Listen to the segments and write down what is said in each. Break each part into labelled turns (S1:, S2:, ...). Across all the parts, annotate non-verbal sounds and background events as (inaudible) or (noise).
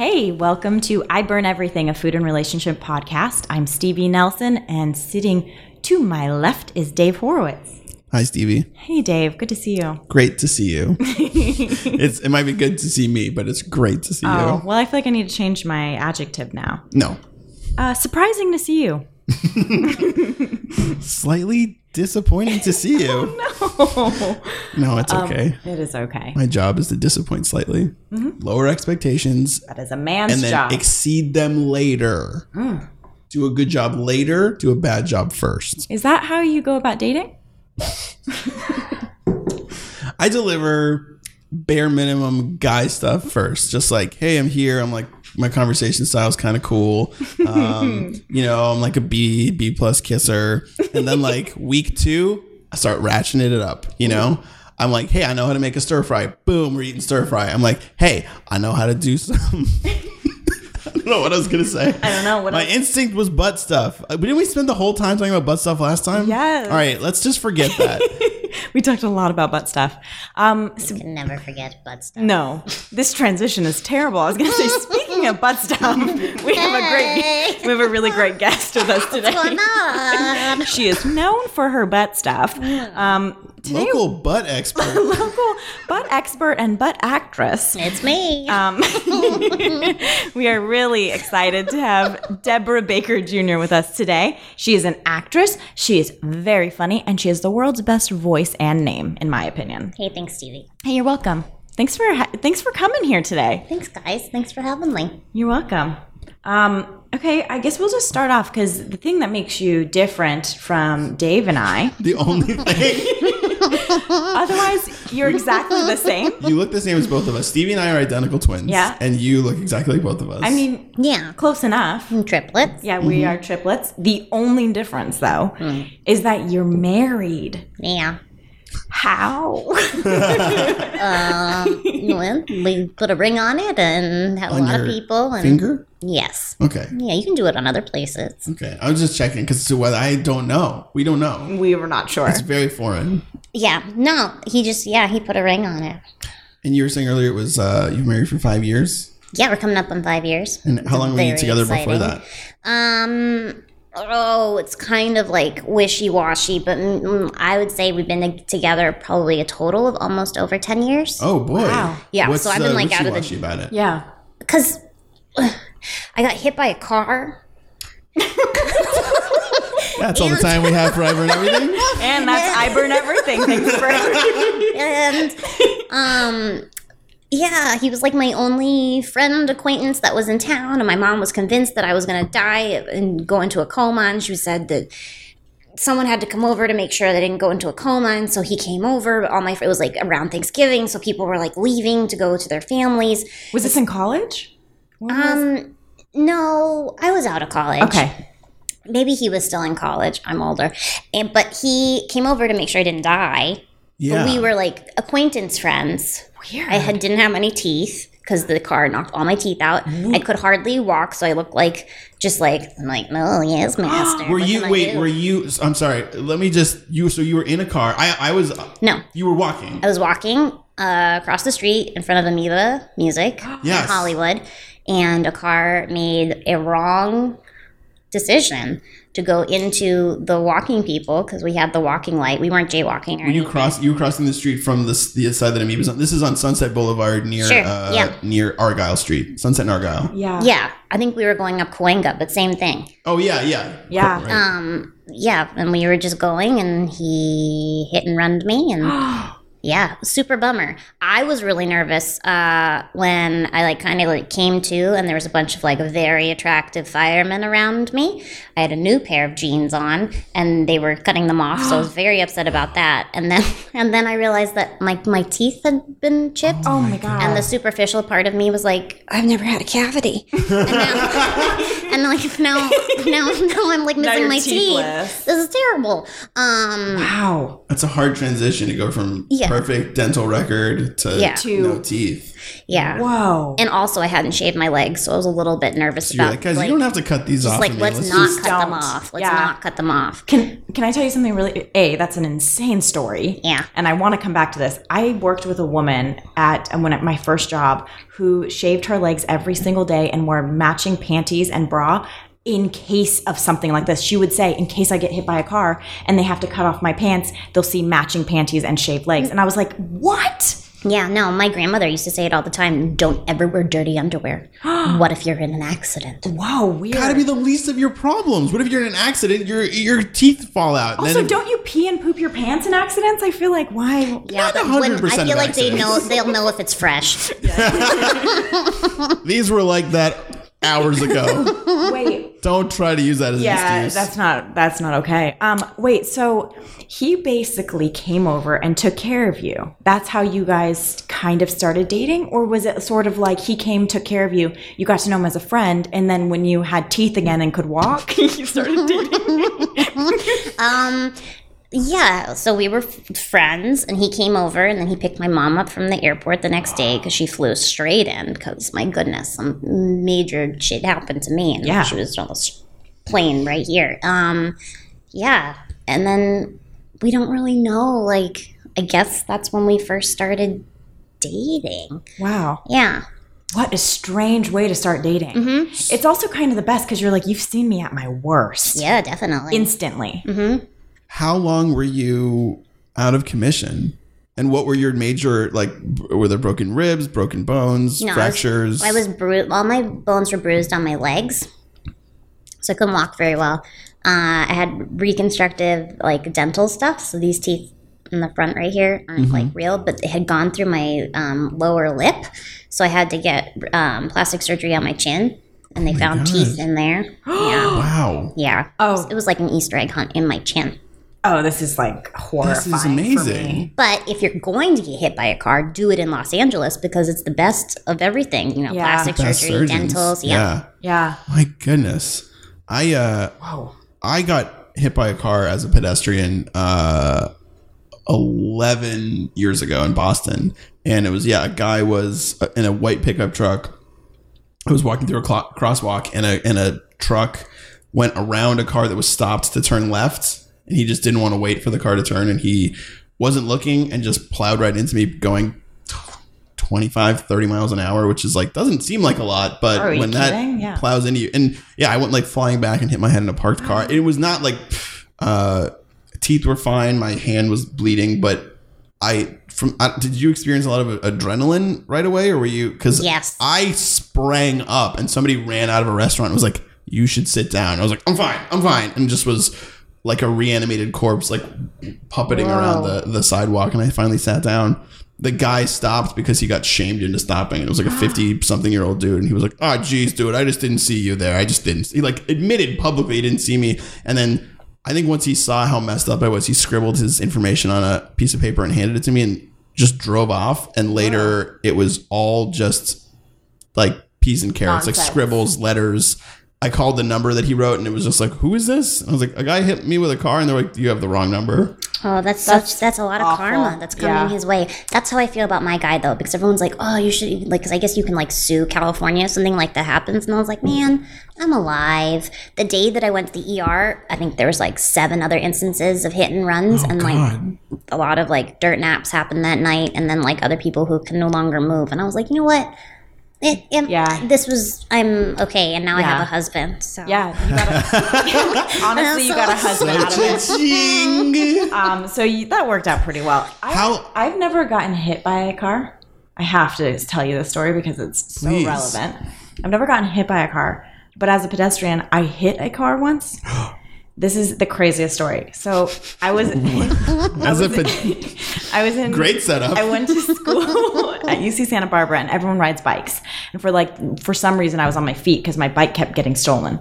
S1: Welcome to I Burn Everything, a food and relationship podcast. I'm Stevie Nelson, and sitting to my left is Dave Horowitz.
S2: Hi, Stevie.
S1: Hey, Dave. Good to see you.
S2: Great to
S1: (laughs)
S2: see you. it's it might be good to see me, but it's great to see
S1: Oh,
S2: you.
S1: well, I feel like I need to change my adjective now.
S2: No,
S1: Uh, surprising to see
S2: (laughs)
S1: you.
S2: slightly disappointing
S1: (laughs)
S2: to see you.
S1: Oh, No. Um,
S2: No, it's okay.
S1: it is okay.
S2: My job is to disappoint slightly, lower expectations,
S1: That is a man's
S2: and then
S1: Mm-hmm. job. Hmm.
S2: exceed them later. Do a good job later. Do a bad job first.
S1: is that how you go about dating?
S2: I deliver bare minimum guy stuff first. Just like, hey, I'm here. I'm like, my conversation style is kind of cool.
S1: (laughs)
S2: Um, you know, I'm like a B, B plus kisser. And then
S1: (laughs)
S2: like week two, I start ratcheting it up. You know, I'm like, hey, I know how to make a stir fry. Boom, we're eating stir fry. I'm like, hey, I know how to do (laughs) some. I don't know what I was gonna say. I
S1: don't know. What
S2: My
S1: else?
S2: instinct was butt stuff. Uh, Didn't we spend the whole time talking about butt stuff last time?
S1: Yes.
S2: All right, let's just forget
S1: (laughs)
S2: that.
S1: We talked a lot about butt stuff. Um, so-
S3: Can never forget butt stuff.
S1: no, this transition is terrible. I was going to
S2: (laughs)
S1: say, speaking of butt stuff, we have a great, we have a really great guest with us today.
S3: Mom.
S1: She is known for her butt stuff. Um, today,
S2: Local butt
S1: (laughs)
S2: expert.
S1: local butt expert and butt actress.
S3: it's me.
S1: (laughs) Um, we are really excited to have Deborah Baker Jr. with us today. She is an actress. She is very funny, and she has the world's best voice and name, in my opinion.
S3: hey, thanks, Stevie.
S1: Hey, you're welcome. Thanks for ha- thanks for coming here today.
S3: Thanks, guys. Thanks for having me.
S1: You're welcome. Um, okay, I guess we'll just start off because the thing that makes you different from Dave and (laughs) I,
S2: The
S3: (laughs)
S2: only thing
S1: otherwise you're exactly the same.
S2: you look the same as both of us. Stevie and I are identical twins.
S1: Yeah.
S2: And you look exactly like both of us.
S1: I mean,
S3: Yeah.
S1: close enough.
S3: And triplets.
S1: Yeah, we are triplets. The only difference, though, is that you're married.
S3: Yeah.
S1: How?
S3: Um, well, we put a ring on it and have
S2: On
S3: a lot of
S2: your
S3: people. And
S2: finger. Mm.
S3: Yes.
S2: Okay.
S3: Yeah, you can do it on other places.
S2: Okay. I was just checking because to what I don't know. We don't know.
S1: (laughs) we were not sure.
S2: It's very foreign.
S3: Yeah. No, he just yeah he put a ring on it.
S2: And you were saying earlier it was uh, you were married for five years.
S3: Yeah, we're coming up on five years.
S2: And how long were you
S3: Very
S2: together before
S3: exciting.
S2: that?
S3: Um. Oh, it's kind of like wishy washy, but mm, I would say we've been together probably a total of almost over ten years.
S2: Oh boy.
S1: Wow.
S3: Yeah, so I've been,
S2: uh,
S3: like, out of the-
S2: wishy-washy about it.
S1: Yeah.
S3: because I got hit by a car.
S2: That's all the time we have forever and
S3: (laughs)
S2: everything.
S1: And that's I burn everything. Thanks (laughs) for (laughs)
S3: And um, yeah, he was like my only friend acquaintance that was in town. And my mom was convinced that I was going to die and go into a coma. And she said that someone had to come over to make sure they didn't go into a coma. And so he came over. All my it was like around Thanksgiving, so people were like leaving to go to their families.
S1: Was this in college? When was-
S3: Um, no, I was out of college.
S1: okay.
S3: maybe he was still in college. I'm older, and but he came over to make sure I didn't die.
S2: Yeah.
S3: We were like acquaintance friends.
S1: Weird.
S3: I had didn't have any teeth because the car knocked all my teeth out. I could hardly walk, so I looked like just like I'm like,
S2: (gasps)
S3: oh yes, master.
S2: Were
S3: what
S2: you
S3: can I
S2: wait?
S3: do?"
S2: Were you? I'm sorry. Let me just you. So you were in a car. I I was.
S3: no?
S2: You were walking.
S3: I was walking uh, across the street in front of Amoeba
S2: (gasps)
S3: Music
S2: Yes.
S3: in Hollywood, and a car made a wrong decision to go into the walking people because we had the walking light. We weren't jaywalking or
S2: When you
S3: anything.
S2: cross, you were crossing the street from the, s- the side that Amoeba's on. This is on Sunset Boulevard near
S3: Sure,
S2: uh,
S3: yeah.
S2: near Argyle Street, Sunset and Argyle.
S1: Yeah.
S3: Yeah, I think we were going up Coenga, but same thing.
S2: Oh yeah, yeah,
S1: Yeah.
S2: Right.
S3: Um, yeah, and we were just going, and he hit and runned me, and (gasps) yeah, super bummer. I was really nervous uh, when I like kind of like came to, and there was a bunch of like very attractive firemen around me. I had a new pair of jeans on, and they were cutting them off, so I
S1: (gasps)
S3: was very upset about that. And then, (laughs) and then I realized that my my teeth had been chipped.
S1: Oh my god. (laughs)
S3: And the superficial part of me was like, I've never had a cavity. And now, (laughs) and like now, now, (laughs) now I'm like missing
S1: you're
S3: my
S1: teethless.
S3: teeth. This is terrible. Um,
S1: Wow.
S2: That's a hard transition to go from
S3: Yeah.
S2: perfect dental record to
S3: Yeah.
S1: To-
S2: no teeth.
S3: yeah.
S1: Whoa.
S3: And also, I hadn't shaved my legs, so I was a little bit nervous
S2: So you're
S3: about.
S2: like, guys, you don't have to cut these
S3: just
S2: off.
S3: like
S2: I mean,
S3: let's
S2: let's
S3: not
S2: just-
S3: cut them
S1: don't.
S3: off. Let's
S1: Yeah.
S3: not cut them off.
S1: Can can I tell you something really A, that's an insane story.
S3: Yeah.
S1: And I want to come back to this. I worked with a woman at when at my first job who shaved her legs every single day and wore matching panties and bra in case of something like this. She would say, in case I get hit by a car and they have to cut off my pants, they'll see matching panties and shaved legs. And I was like, "What?"
S3: Yeah, no, my grandmother used to say it all the time. Don't ever wear
S2: (gasps)
S3: dirty underwear. what if you're in an accident?
S1: Wow, weird.
S2: Gotta be the least of your problems. What if you're in an accident? Your your teeth fall out. and
S1: also,
S2: then-
S1: don't you pee and poop your pants in accidents? I feel like (laughs) why
S3: Yeah,
S2: Not
S3: but when-
S2: 100%
S3: I feel
S2: of
S3: like they know
S2: accidents.
S3: they'll know if it's fresh.
S2: these were like that hours
S1: (laughs)
S2: ago.
S1: wait.
S2: don't try to use that as an
S1: Yeah,
S2: excuse.
S1: that's not that's not okay. Um, wait. So he basically came over and took care of you. That's how you guys kind of started dating, or was it sort of like he came, took care of you, you got to know him as a friend, and then when you had teeth again and could walk, (laughs) you started dating?
S3: Yeah, so we were f- friends, and he came over, and then he picked my mom up from the airport the next day because she flew straight in. Because my goodness, some major shit happened to me, and
S1: Yeah.
S3: she was on this plane right here. Um, yeah, and then we don't really know. Like, I guess that's when we first started dating.
S1: Wow,
S3: Yeah,
S1: what a strange way to start dating. It's also kind of the best because you're like, you've seen me at my worst
S3: yeah, definitely.
S1: instantly.
S2: How long were you out of commission? And what were your major like? b- Were there broken ribs, broken bones,
S3: No, I was-
S2: fractures?
S3: I was bru- all my bones were bruised on my legs, so I couldn't walk very well. Uh, I had reconstructive like dental stuff, so these teeth in the front right here aren't like real, but they had gone through my um, lower lip, so I had to get um, plastic surgery on my chin, and they found
S2: God.
S3: teeth in there.
S2: (gasps)
S3: yeah,
S2: wow.
S3: yeah.
S1: Oh.
S3: it was like an Easter egg hunt in my chin.
S1: Oh, this is like
S2: This
S1: horrifying.
S2: is
S1: For me.
S2: amazing.
S3: But if you're going to get hit by a car, do it in Los Angeles because it's the best of everything. You know,
S1: Yeah.
S3: plastic
S2: Best
S3: surgery,
S2: surgeons.
S3: dentals. yeah.
S2: yeah.
S1: Yeah.
S2: My goodness. I uh
S1: Wow.
S2: I got hit by a car as a pedestrian uh, 11 years ago in Boston. And it was, yeah, a guy was uh, in a white pickup truck. I was walking through a clo- crosswalk and a, and a truck went around a car that was stopped to turn left. And he just didn't want to wait for the car to turn. And he wasn't looking and just plowed right into me going 25, 30 miles an hour, which is like, doesn't seem like a lot. But
S1: Are you
S2: when that
S1: kidding? Yeah.
S2: plows into you. And yeah, I went like flying back and hit my head in a parked car. It was not like uh, teeth were fine, my hand was bleeding, but I from I, did you experience a lot of adrenaline right away, or were you? Because
S3: Yes.
S2: I sprang up and somebody ran out of a restaurant and was like, "You should sit down." I was like, "I'm fine, I'm fine," and just was like a reanimated corpse, like puppeting around the the sidewalk. And I finally sat down. The guy stopped because he got shamed into stopping. It was like a fifty something year old dude, and he was like, "Ah, geez, dude, I just didn't see you there. I just didn't." He like admitted publicly he didn't see me, and then. I think once he saw how messed up I was, he scribbled his information on a piece of paper and handed it to me and just drove off. And later it was all just like peas and carrots, like
S1: Nonsense.
S2: scribbles, letters. I called the number that he wrote and it was just like, who is this? And I was like, a guy hit me with a car. And they're like, you have the wrong number.
S3: Oh, that's such, that's a lot of
S1: awful.
S3: karma that's coming
S1: Yeah.
S3: his way. That's how I feel about my guy though, because everyone's like, "Oh, you should like," because I guess you can like sue California if something like that happens. And I was like, "Man, I'm alive." The day that I went to the ER, I think there was like seven other instances of hit and runs, and
S2: God.
S3: like a lot of like dirt naps happened that night, and then like other people who can no longer move. And I was like, you know what? It, it-
S1: Yeah.
S3: this was I'm okay, and now I have
S1: Yeah.
S3: a husband. So
S1: Yeah, you (laughs) got a, honestly, you got a husband out of it. (laughs)
S2: Cha-ching.
S1: Um, so you, that worked out pretty well. I,
S2: How-
S1: I've never gotten hit by a car. I have to tell you this story because it's so
S2: Please.
S1: relevant. I've never gotten hit by a car, but as a pedestrian, I hit a car
S2: (gasps)
S1: once. This is the craziest story. So I
S2: (laughs)
S1: was,
S2: As if
S1: (laughs)
S2: it,
S1: I was in
S2: great setup.
S1: I went to school at UC Santa Barbara, and everyone rides bikes. And for like for some reason, I was on my feet because my bike kept getting stolen.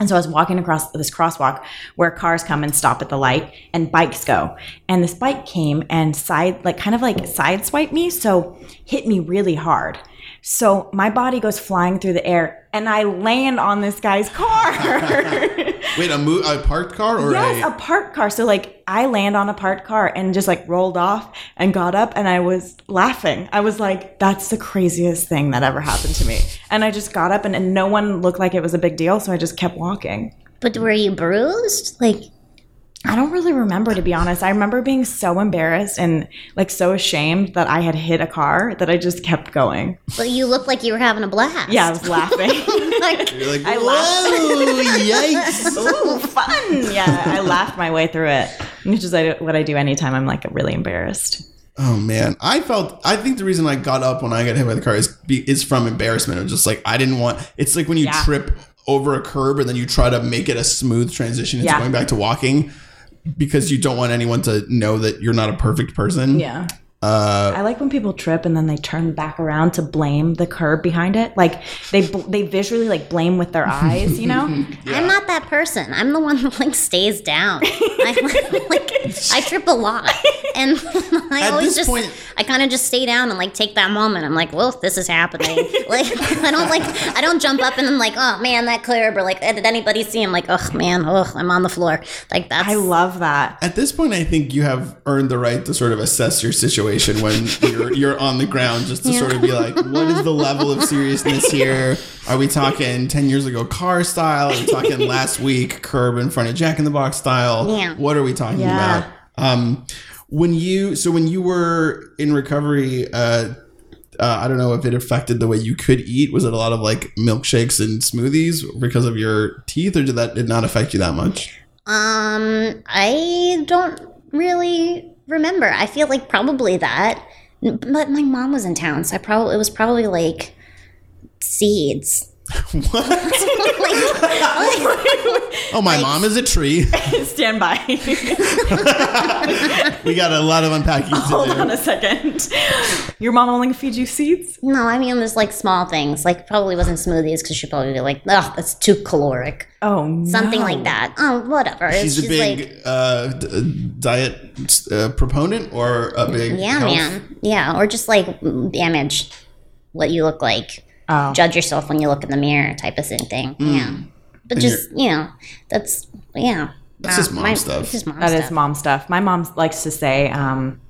S1: And so I was walking across this crosswalk where cars come and stop at the light, and bikes go. And this bike came and side like kind of like sideswiped me, so hit me really hard. So my body goes flying through the air and I land on this guy's car. (laughs)
S2: Wait, a, mo- a parked car or
S1: yes,
S2: a,
S1: a parked car. So like I land on a parked car and just like rolled off and got up and I was laughing. I was like, that's the craziest thing that ever happened to me. And I just got up and, and no one looked like it was a big deal. So I just kept walking.
S3: But were you bruised? Like,
S1: I don't really remember, to be honest. I remember being so embarrassed and like so ashamed that I had hit a car that I just kept going.
S3: but you looked like you were having a blast.
S1: Yeah, I was laughing.
S3: like,
S2: you're like,
S1: I
S2: whoa,
S1: (laughs)
S2: yikes.
S1: Ooh, fun. Yeah, I laughed my way through it, which is I- what I do anytime I'm like really embarrassed.
S2: Oh man, I felt. I think the reason I got up when I got hit by the car is be, is from embarrassment. It was just like I didn't want. It's like when you
S1: Yeah.
S2: trip over a curb and then you try to make it a smooth transition into
S1: Yeah.
S2: going back to walking because you don't want anyone to know that you're not a perfect person. Uh,
S1: Yeah. I like when people trip and then they turn back around to blame the curb behind it. Like they bl- they visually like blame with their eyes, you
S3: (laughs)
S1: know?
S3: I'm not that person. I'm the one that like
S2: (laughs)
S3: stays down. I like (laughs) I trip a lot, and (laughs) I
S2: At
S3: always
S2: this
S3: just
S2: point-
S3: I kind of just stay down and like take that moment. I'm like, well, this is happening.
S2: (laughs)
S3: Like (laughs) I don't like I don't jump up and I'm like, oh man, that curb, or like did anybody see him? Like, oh man, oh I'm on the floor. Like that's
S1: I love that.
S2: At this point, I think you have earned the right to sort of assess your situation when you're you're on the ground, just to sort of be like, what is the level of seriousness here? Are we talking ten years ago car style? Are we talking last week curb in front of Jack in the Box style?
S3: Yeah.
S2: What are we talking
S1: Yeah.
S2: about? Um, when you so when you were in recovery, uh, uh, I don't know if it affected the way you could eat. Was it a lot of like milkshakes and smoothies because of your teeth, or did that did not affect you that much?
S3: Um, I don't really remember. I feel like probably that, but my mom was in town, so I probably it was probably like seeds.
S2: (laughs) What?
S3: (laughs) Like-
S2: Oh, my mom is a tree. (laughs)
S1: Stand by. (laughs)
S2: We got a lot of unpacking
S1: Hold
S2: to
S1: on
S2: do.
S1: a second. Your mom only feeds you seeds?
S3: no, I mean there's like small things. Like probably wasn't smoothies because she probably be like, oh, that's too caloric,
S1: Oh, no.
S3: something like that. Oh, whatever.
S2: He's a big uh, d- diet uh, proponent or a big
S3: yeah,
S2: health-
S3: man, yeah, or just like mm, damage what you look like.
S1: Oh.
S3: judge yourself when you look in the mirror type of thing thing. Yeah. But just, you know, that's, yeah.
S2: That's just mom stuff.
S3: That's just mom
S1: That
S3: stuff.
S1: is mom stuff. My mom likes to say, um,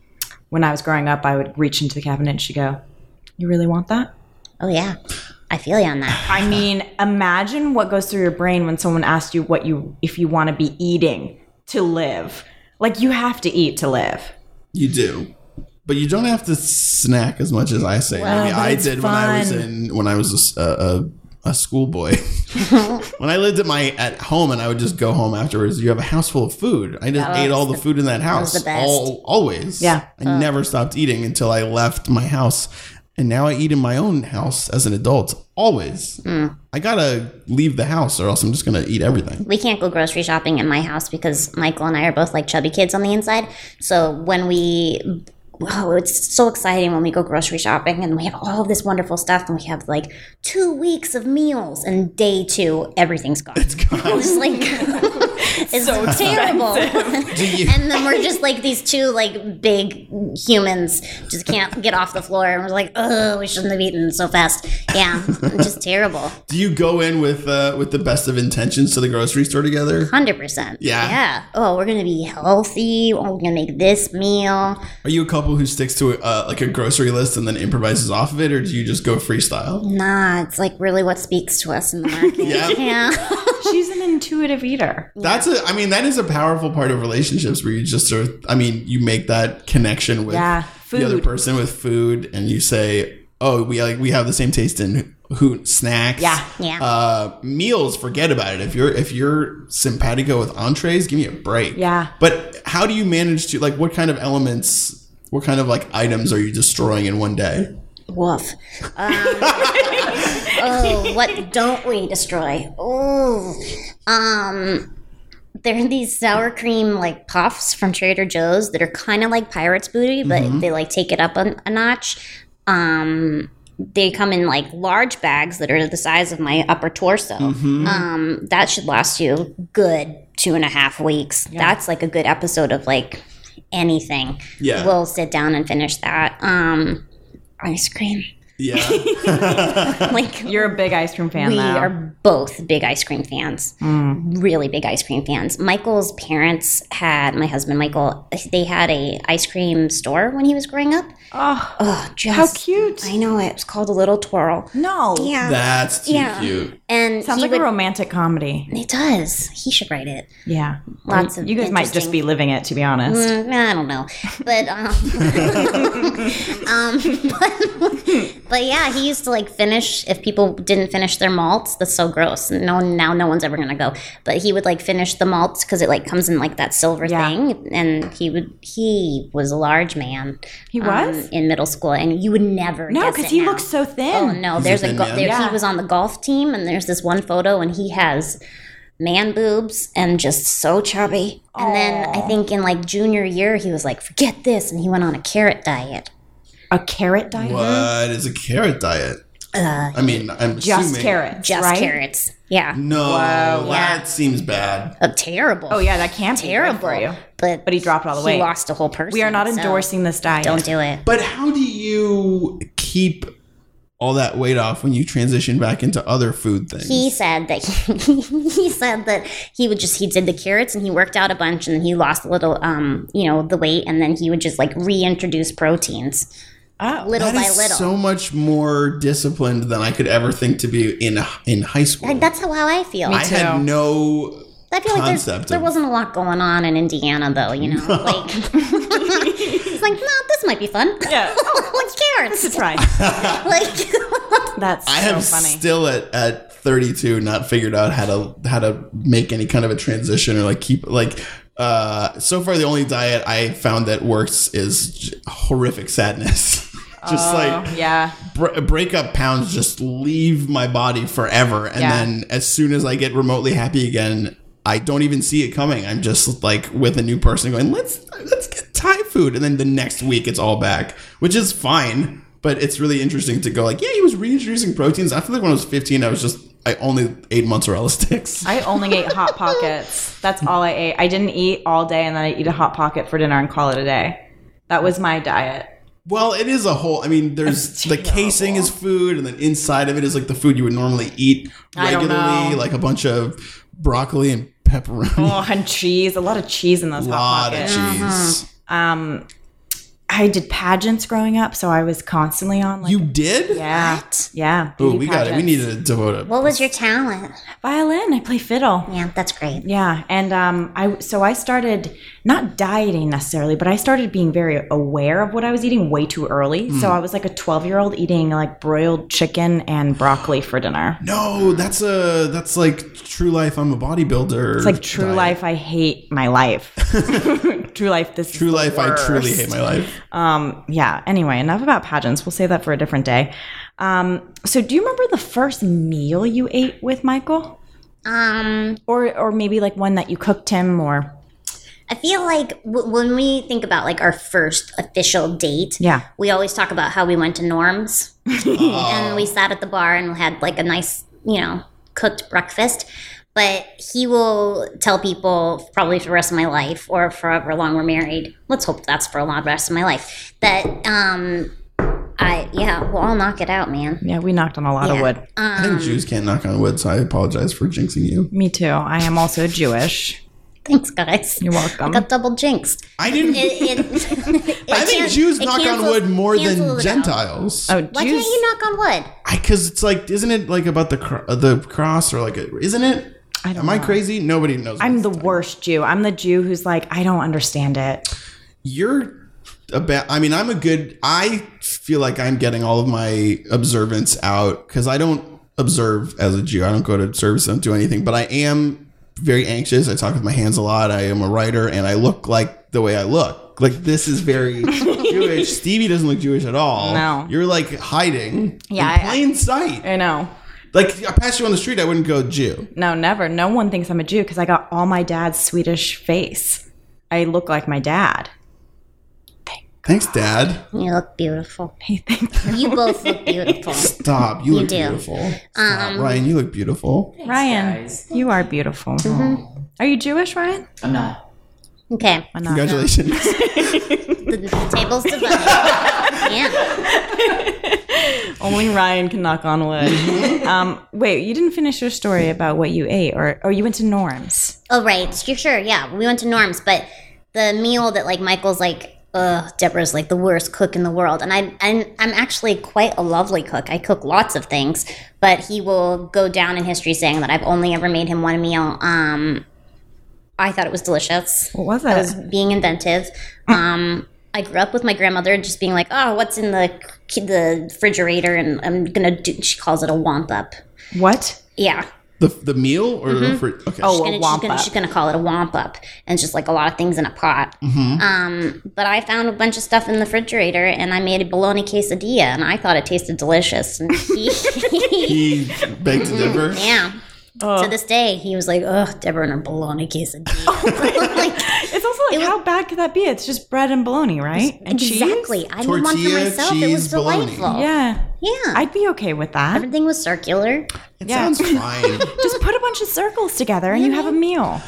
S1: when I was growing up, I would reach into the cabinet and she'd go, You really want that?
S3: oh, yeah. I feel you on that.
S1: I mean, imagine what goes through your brain when someone asks you what you if you want to be eating to live. Like you have to eat to live.
S2: You do, but you don't have to snack as much as I say. I mean,
S1: but
S2: I
S1: it's
S2: did when I was
S1: fun.
S2: in when I was a s- a, a, a schoolboy. (laughs) when I lived at my at home, and I would just go home afterwards. You have a house full of food. I just ate all the, food in that house.
S3: the best.
S2: All always.
S1: Yeah.
S2: I never stopped eating until I left my house. And now I eat in my own house as an adult. Always. I gotta leave the house, or else I'm just gonna eat everything.
S3: We can't go grocery shopping in my house because Michael and I are both like chubby kids on the inside. So when we. Wow, it's so exciting when we go grocery shopping and we have all this wonderful stuff and we have like two weeks of meals and day two, everything's gone. It's gone. (laughs) It's like it's terrible.
S2: Do you?
S3: and then we're just like these two like big humans just can't get off the floor and we're like oh we shouldn't have eaten so fast yeah just terrible
S2: Do you go in with uh, with the best of intentions to the grocery store together?
S3: 100%
S2: Yeah.
S3: yeah oh we're gonna be healthy oh, we're gonna make this meal
S2: Are you a couple who sticks to uh, like a grocery list and then improvises off of it, or do you just
S1: (laughs)
S2: go freestyle?
S3: nah it's like really what speaks to us in the
S2: (laughs)
S3: market
S2: Yeah.
S3: yeah
S1: She's an intuitive eater.
S2: That's a, I mean, that is a powerful part of relationships where you just sort of, I mean, you make that connection with
S1: Yeah,
S2: the other
S1: food.
S2: person with food, and you say, "Oh, we like we have the same taste in who snacks,
S1: Yeah.
S3: Yeah.
S2: uh, meals. Forget about it. If you're if you're simpatico with entrees, give me a break.
S1: Yeah.
S2: But how do you manage to like what kind of elements, what kind of like items are you destroying in one day?
S1: (laughs)
S3: woof um, oh what don't we destroy oh um they're these sour cream like puffs from Trader Joe's that are kind of like pirates booty, but they like take it up a, a notch. Um, they come in like large bags that are the size of my upper torso. Um, that should last you good two and a half weeks. That's like a good episode of like anything.
S2: Yeah.
S3: we'll sit down and finish that. Um, ice cream. (laughs)
S2: Yeah.
S3: Like
S1: You're a big ice cream fan,
S3: we
S1: though. Mm.
S3: are both big ice cream fans, really big ice cream fans. Michael's parents had my husband Michael. They had a ice cream store when he was growing up.
S1: oh,
S3: Oh, just
S1: how cute!
S3: I know it was called a Little Twirl.
S1: no,
S3: Yeah,
S2: That's too
S3: Yeah.
S2: cute.
S3: and
S1: sounds
S3: he
S1: like
S3: would,
S1: a romantic comedy.
S3: It does. He should write it.
S1: Yeah,
S3: Lots of
S1: you guys might just
S3: interesting-
S1: be living it, to be honest.
S3: Mm, I don't know, but um, (laughs) um but, but yeah, he used to like finish if people didn't finish their malts. That's so gross. No, now no one's ever gonna go. But he would like finish the malts because it like comes in like that silver
S1: Yeah.
S3: thing, and he would he was a large man.
S1: He
S3: um,
S1: was?
S3: in middle school, and you would never
S1: No,
S3: guess
S1: because
S3: it
S1: he
S3: now.
S1: looks so thin.
S3: Oh no, there's a
S2: thin
S3: go-
S2: man?
S3: there,
S1: Yeah.
S3: he was on the golf team, and there's this one photo, and he has man boobs and just so chubby. And then I think in like junior year, he was like, "Forget this," and he went on a carrot diet.
S1: A carrot diet,
S2: What is a carrot diet?
S3: Mm-hmm. Uh,
S2: I mean, I'm
S1: just
S2: assuming.
S1: carrots,
S3: just
S1: right?
S3: carrots, yeah,
S2: No,
S1: Wow.
S2: that
S3: Yeah.
S2: seems bad.
S3: Uh, terrible.
S1: Oh yeah, that can't be
S3: terrible.
S1: good for you.
S3: But
S1: But he dropped all the
S3: He
S1: weight.
S3: lost a whole person.
S1: We are not
S3: so
S1: endorsing this diet.
S3: Don't do it.
S2: But how do you keep all that weight off when you transition back into other food things?
S3: He said that he, (laughs) he said that he would just he did the carrots and he worked out a bunch and then he lost a little um you know the weight and then he would just like reintroduce proteins.
S1: oh,
S3: little
S2: Ah, That
S3: by
S2: is
S3: little.
S2: so much more disciplined than I could ever think to be in in high school.
S3: Like, that's how, how I feel.
S2: I
S3: I,
S2: had
S1: too.
S2: no.
S3: feel like there's,
S2: concept
S3: there
S2: of-
S3: wasn't a lot going on in Indiana, though.
S2: (laughs)
S3: You know, like (laughs) it's like, no, this might be fun. (laughs)
S1: Yeah. (laughs)
S3: like carrots.
S1: that's
S2: (laughs)
S1: right.
S3: like (laughs)
S1: That's
S2: I
S1: so
S2: have
S1: funny.
S2: still at, at 32 not figured out how to how to make any kind of a transition or like keep like uh so far the only diet I found that works is j- horrific sadness. (laughs)
S1: Oh.
S2: just like
S1: yeah,
S2: br- breakup pounds just leave my body forever and
S1: Yeah.
S2: then as soon as I get remotely happy again I don't even see it coming. I'm just like with a new person going, "Let's let's get Thai food." And then the next week it's all back, which is fine, but it's really interesting to go like, "Yeah, he was reintroducing proteins." I feel like when I was 15, I was just I only ate mozzarella sticks.
S1: I only ate hot pockets. That's all I ate. I didn't eat all day, and then I eat a hot pocket for dinner and call it a day. That was my diet.
S2: Well, it is a whole. I mean, there's the casing is food, and then inside of it is like the food you would normally eat
S1: I don't
S2: regularly,
S1: know.
S2: like a bunch of broccoli and pepperoni,
S1: Oh, and cheese. A lot of cheese in those
S2: a
S1: hot
S2: lot of
S1: pockets.
S2: cheese. Mm-hmm.
S3: Uh-huh.
S1: Um, I did pageants growing up, so I was constantly on like
S2: You did?
S1: yeah,
S3: What?
S1: yeah.
S2: Ooh,
S1: beauty
S2: we got it. We
S1: pageants.
S2: need to devote a
S3: what was your talent?
S1: violin. I play fiddle.
S3: Yeah, that's great.
S1: Yeah, and um, I so I started not dieting necessarily, but I started being very aware of what I was eating way too early.
S2: Hmm.
S1: So I was like a twelve-year-old eating like broiled chicken and broccoli for dinner.
S2: No, that's a that's like true life. I'm a bodybuilder.
S1: It's like true life. I hate my life. (laughs) true life. This
S2: True life. I truly hate my life.
S1: Um, yeah. Anyway, enough about pageants. We'll save that for a different day. Um, so do you remember the first meal you ate with Michael?
S3: Um,
S1: Or or maybe like one that you cooked him or
S3: I feel like w- when we think about like our first official date,
S1: Yeah.
S3: we always talk about how we went
S2: (laughs)
S3: to Norm's and we sat at the bar and had like a nice, you know, cooked breakfast. But he will tell people probably for the rest of my life or forever long we're married. Let's hope that's for a long rest of my life. That um, I yeah, well I'll knock it out, man. (laughs)
S1: Yeah, we knocked on a lot of
S3: Yeah.
S1: wood.
S2: I
S3: Uh-huh.
S2: think Jews can't knock on wood, so I apologize for jinxing you.
S1: Me too. I am also Jewish.
S3: Thanks, guys.
S1: You're welcome.
S3: Got double jinxed. (laughs)
S2: I didn't.
S3: It, it, it
S2: I think
S3: can-
S2: Jews
S3: it
S2: knock on
S3: cancels-
S2: wood more than
S3: cancels it out.
S2: Gentiles.
S1: Oh
S3: Why
S1: Jews.
S3: can't you knock on wood?
S2: because it's like isn't it like about the cr- uh, the cross or like a, isn't it
S1: I don't
S2: am i crazy nobody knows
S1: I'm the worst Jew. I'm the Jew who's like, I don't understand it.
S2: you're a bad i mean i'm a good i feel like i'm getting all of my observance out because i don't observe as a jew i don't go to service I don't do anything but i am very anxious i talk with my hands a lot i am a writer and i look like the way i look like this is
S1: (laughs)
S2: very jewish stevie doesn't look jewish at all
S1: No.
S2: you're like hiding
S1: Yeah,
S2: in
S1: I-
S2: plain sight
S1: I know.
S2: like i pass you on the street i wouldn't go jew
S1: No, never. No one thinks I'm a Jew because I got all my dad's Swedish face. I look like my dad.
S2: thanks dad
S3: You look beautiful.
S1: Hey, thank you.
S3: You both look
S2: (laughs)
S3: beautiful.
S2: Stop. You, look
S3: do.
S2: beautiful. Stop.
S1: Um,
S2: Ryan, you look beautiful.
S1: Ryan, you are beautiful.
S3: Mm-hmm.
S1: Are you Jewish, Ryan?
S4: I'm not.
S3: Okay,
S1: Why not?
S2: Congratulations.
S3: the, the table's divided. yeah.
S1: Only Ryan can knock on wood. um, wait, you didn't finish your story about what you ate, or or you went to Norm's.
S3: Oh right, sure, sure, yeah. We went to Norm's, but the meal that like Michael's like, ugh, Deborah's like the worst cook in the world, and I and I'm actually quite a lovely cook. I cook lots of things, but he will go down in history saying that I've only ever made him one meal. Um, I thought it was delicious.
S1: What was it?
S3: I was being inventive. Um, I grew up with my grandmother just being like, "Oh, what's in the the refrigerator?" And I'm gonna do. She calls it a womp up.
S1: what?
S3: Yeah,
S2: The the meal or the fr- okay.
S1: Oh,
S3: gonna-
S1: a womp
S3: she's, gonna,
S1: up.
S3: she's gonna call it a womp up, and it's just like a lot of things in a pot.
S2: Mm-hmm.
S3: Um, but I found a bunch of stuff in the refrigerator, and I made a bologna quesadilla, and I thought it tasted delicious. And he, (laughs)
S2: (laughs) he begged to differ.
S1: Mm-hmm.
S3: yeah,
S1: Oh.
S3: to this day, he was like, "Ugh, Deborah and her bologna quesadilla." Like,
S1: It's also like how bad could that be? It's just bread and bologny, right? And cheese?
S3: exactly. I made one for
S2: Tortilla,
S3: myself. it was
S2: cheese, bologna.
S3: delightful.
S1: Yeah,
S3: Yeah.
S1: I'd be okay with that.
S3: Everything was circular.
S2: It
S1: Yeah.
S2: sounds fine.
S1: Just put a bunch of circles together and you have a
S3: Mm-hmm.
S1: meal.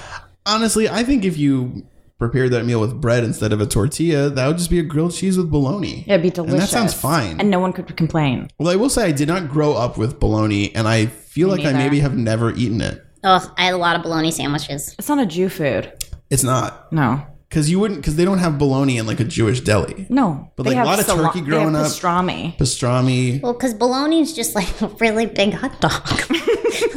S2: Honestly, I think if you prepared that meal with bread instead of a tortilla, that would just be a grilled cheese with bologna.
S1: It'd be
S2: And
S1: delicious.
S2: that sounds fine.
S1: And no one could complain.
S2: well, I will say I did not grow up with bologna, and I feel like I maybe have never eaten it.
S3: Oh, I had a lot of bologna sandwiches.
S1: It's not a Jew food.
S2: It's not
S1: No,
S2: because you wouldn't because they don't have bologna in like a Jewish deli.
S1: no.
S2: But, like, a lot of turkey
S1: they
S2: growing
S1: have
S2: up.
S1: Pastrami.
S2: Pastrami,
S3: Well, because bologna is just like a really big hot
S2: (laughs)
S3: dog.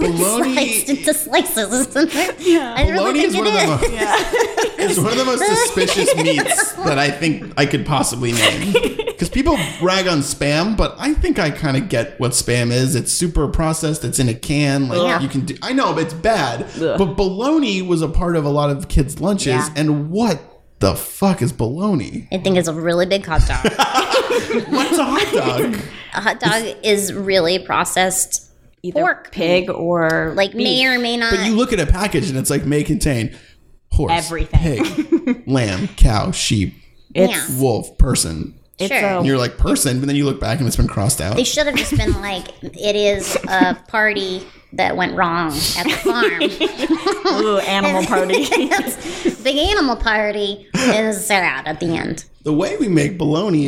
S3: (laughs)
S2: bologna.
S3: sliced into slices, (laughs) isn't it? Yeah. I really
S2: Bologna
S3: think
S2: is one,
S3: it
S2: of the
S3: is.
S2: most, (laughs) is one of the most suspicious meats that I think I could possibly
S3: (laughs)
S2: name. Because people rag on spam, but I think I kind of get what spam is. It's super processed. It's in a can. Like
S3: Yeah.
S2: you can do. I know, but it's bad. But bologna was a part of a lot of kids' lunches.
S3: Yeah.
S2: And what the fuck is bologna?
S3: I think it's a really big hot dog.
S2: What's a
S3: (laughs)
S2: hot dog?
S3: a hot dog is really processed,
S1: Either
S3: Pork.
S1: pig or
S3: like may or may not.
S2: but you look at a package and it's like may contain horse,
S1: Everything.
S3: (laughs)
S2: pig, lamb, cow, sheep,
S1: It's
S3: Yeah.
S2: wolf, person.
S1: it's
S3: Sure.
S1: a
S2: And you're like person, but then you look back and it's been crossed out.
S3: they should have just been like, it is a party that went wrong at the farm.
S1: ooh, animal
S3: (laughs)
S1: party.
S3: It's- Big animal party is set out at the end.
S2: The way we make bologna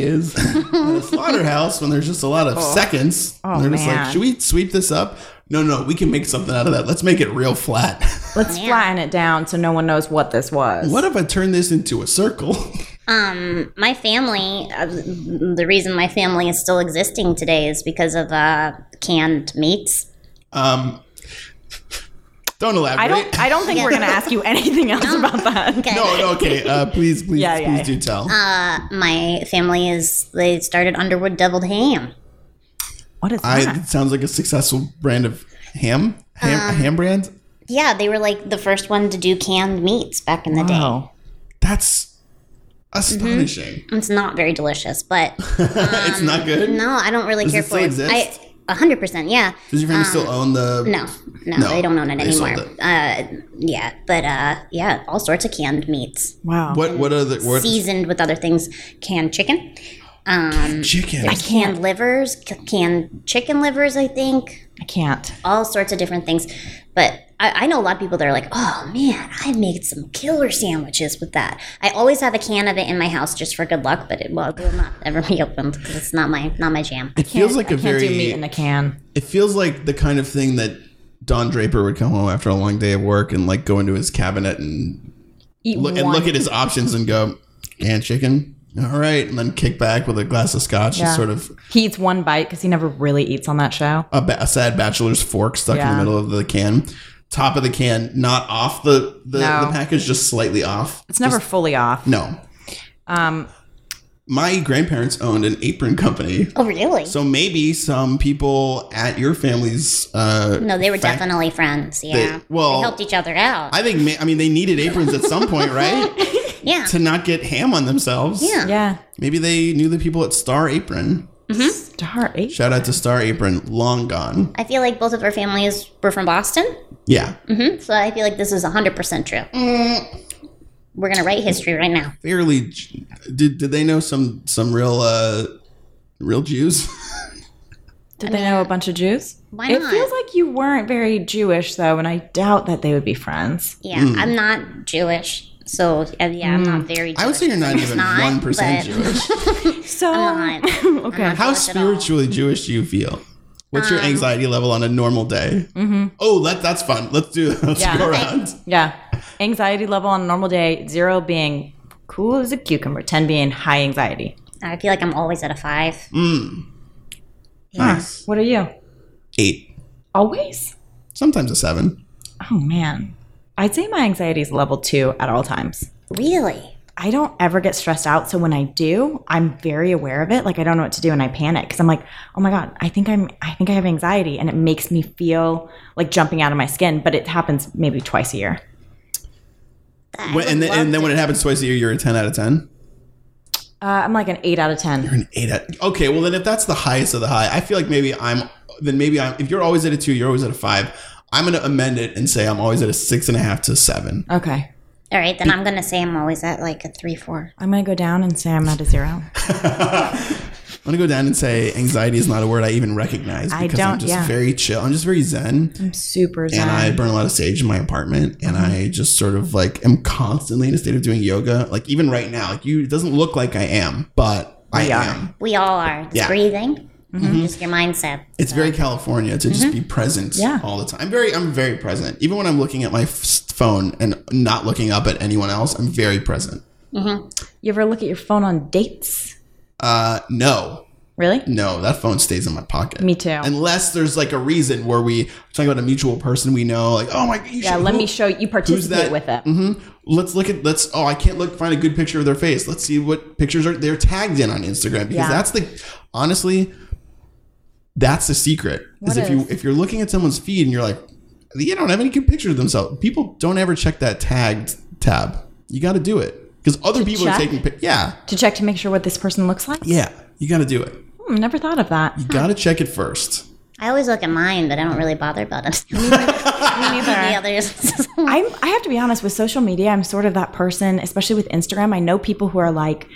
S1: (laughs)
S2: is at a slaughterhouse when there's just a lot of seconds.
S1: Oh,
S2: they're just
S1: man.
S2: like, should we sweep this up? No, no, we can make something out of that. Let's make it real flat. (laughs)
S1: Let's flatten it down so no one knows what this was.
S2: what if I turn this into a circle? (laughs)
S3: Um, my family, uh, the reason my family is still existing today is because of uh, canned meats.
S2: Um, don't elaborate.
S1: I don't. I don't think we're gonna ask you anything else about that.
S3: Okay.
S2: no,
S1: (laughs)
S2: no, okay. Uh, please, please,
S1: Yeah, yeah,
S2: please
S1: yeah. Uh,
S2: do tell.
S3: My family is, they started Underwood Deviled Ham.
S1: What is
S2: I,
S1: that?
S2: it sounds like a successful brand of ham. Ham,
S1: Uh.
S2: a ham brand?
S3: Yeah, they were like the first one to do canned meats back in the day.
S1: Oh,
S2: That's astonishing.
S3: It's not very
S2: (laughs)
S3: delicious, but
S1: Mm-hmm.
S2: it's not good.
S3: no, I don't really care
S2: it
S3: for
S2: still
S3: it.
S2: exist?
S3: I, 100%, yeah.
S2: Does your family
S1: Uh.
S2: still own the?
S3: No, no,
S2: No,
S3: they don't own it
S2: they sold
S3: anymore.
S2: it.
S3: Uh, yeah, but uh, yeah, all sorts of canned meats,
S1: wow.
S2: What? What are the? What?
S3: seasoned with other things, canned chicken, um,
S2: Chicken.
S3: canned livers, c- canned chicken livers, I think.
S1: I can't.
S3: all sorts of different things. But I, I know a lot of people that are like, oh man, I made some killer sandwiches with that. I always have a can of it in my house just for good luck, but it will, will not ever be opened because it's not my not my jam.
S2: It feels like
S1: I
S2: a
S1: can't do
S2: very.
S1: meat in a can.
S2: it feels like the kind of thing that Don Draper would come home after a long day of work and like go into his cabinet and
S1: Eat
S2: look and
S1: one.
S2: look at his options and go, and chicken, all right, and then kick back with a glass of scotch
S1: Yeah.
S2: and sort of
S1: He eats one bite because he never really eats on that show.
S2: a, ba- a sad bachelor's fork stuck in
S1: Yeah.
S2: the middle of the can, top of the can, not off the the,
S1: No.
S2: the package, just slightly off.
S1: It's never fully off.
S2: No,
S1: Um,
S2: my grandparents owned an apron company.
S3: Oh really?
S2: So maybe some people at your family's uh,
S3: no, they were
S2: fact-
S3: definitely friends. Yeah,
S2: well-
S3: they helped each other out.
S2: I think ma- I mean they needed aprons at some point, right?
S3: yeah,
S2: to not get ham on themselves.
S3: yeah.
S1: yeah.
S2: Maybe they knew the people at Star Apron.
S1: Star eight.
S2: Shout out to Star Apron, long gone.
S3: I feel like both of our families were from Boston,
S2: Yeah,
S3: hmm so I feel like this is hundred percent true. We're gonna write history right now.
S2: fairly. j- Did did they know some some real uh real Jews?
S1: Did they know a bunch of Jews?
S3: Why
S1: It
S3: not?
S1: feels like you
S2: Mm.
S1: weren't very Jewish though, and I doubt that they would be friends.
S3: Yeah, I'm not Jewish. So uh, yeah, I'm not very. Jewish.
S2: I would say you're not
S3: It's
S2: even
S3: not,
S2: one percent
S3: but-
S2: Jewish.
S1: So
S3: I'm not.
S1: okay.
S3: I'm
S2: (laughs)
S3: not
S2: How
S3: Jewish at all.
S2: spiritually Jewish do you feel? What's your anxiety level on a normal day? Oh, that, that's fun. Let's do. (laughs) Let's
S1: Yeah.
S2: go around.
S1: Yeah. Anxiety level on a normal day, zero being cool as a cucumber, 10 being high anxiety.
S3: (laughs) I feel like I'm always at a five.
S2: Mm. Nice.
S1: What are you?
S2: Eight.
S1: Always.
S2: Sometimes a seven.
S1: Oh, man. I'd say my anxiety is level two at all times.
S3: Really?
S1: I don't ever get stressed out. So when I do, I'm very aware of it. Like I don't know what to do and I panic because I'm like, oh my God, I think I'm, I think I have anxiety. And it makes me feel like jumping out of my skin, but it happens maybe twice a year.
S3: I
S2: When,
S3: would
S2: and, then,
S3: love
S2: and then when it happens twice a year, you're a 10 out of 10.
S1: Uh, I'm like an eight out of 10.
S2: An eight out. Okay, well then if that's the highest of the high, I feel like maybe I'm. Then maybe I'm. If you're always at a two, you're always at a five. I'm gonna amend it and say I'm always at a six and a half to a seven.
S1: Okay.
S3: All right, then I'm gonna say I'm always at like a three, four.
S1: I'm going to go down and say I'm at a zero.
S2: I'm gonna go down and say anxiety is not a word I even recognize because
S1: I
S2: am
S1: don't-
S2: just
S1: yeah.
S2: very chill. I'm just very zen,
S1: I'm super zen.
S2: and I burn a lot of sage in my apartment, and
S1: Mm-hmm.
S2: I just sort of like am constantly in a state of doing yoga. Like even right now, like you, it doesn't look like I am, but I
S1: We are.
S2: am.
S3: We all are. It's
S2: Yeah.
S3: breathing, just your mindset.
S2: It's very California to just be present
S1: Mm-hmm. Yeah.
S2: all the time. I'm very, I'm very present. Even when I'm looking at my f- phone and not looking up at anyone else, I'm very present.
S1: you ever look at your phone on dates?
S2: Uh, no,
S1: Really?
S2: no, that phone stays in my pocket.
S1: Me too.
S2: Unless there's like a reason where we talking about a mutual person we know, like oh my, you
S1: Yeah,
S2: should-
S1: let
S2: who-
S1: me show you
S2: that? Mm-hmm.
S1: participate with it.
S2: Let's look at let's. Oh, I can't look find a good picture of their face. Let's see what pictures are they're tagged in on Instagram because
S1: Yeah.
S2: that's the honestly, that's the secret.
S1: What
S2: Is if you
S1: if-
S2: if you're looking at someone's feed and you're like, they don't have any good pictures of themselves. People don't ever check that tagged tab. You got to do it because other people are
S1: check?
S2: taking. pic- Yeah,
S1: To check to make sure what this person looks like?
S2: yeah, you got to do it.
S1: Hmm, never thought of that.
S2: You got to check it first.
S3: I always look at mine, but I don't really bother about it. (laughs) the others. (laughs)
S1: I'm, I have to be honest with social media. I'm sort of that person, especially with Instagram. I know people who are like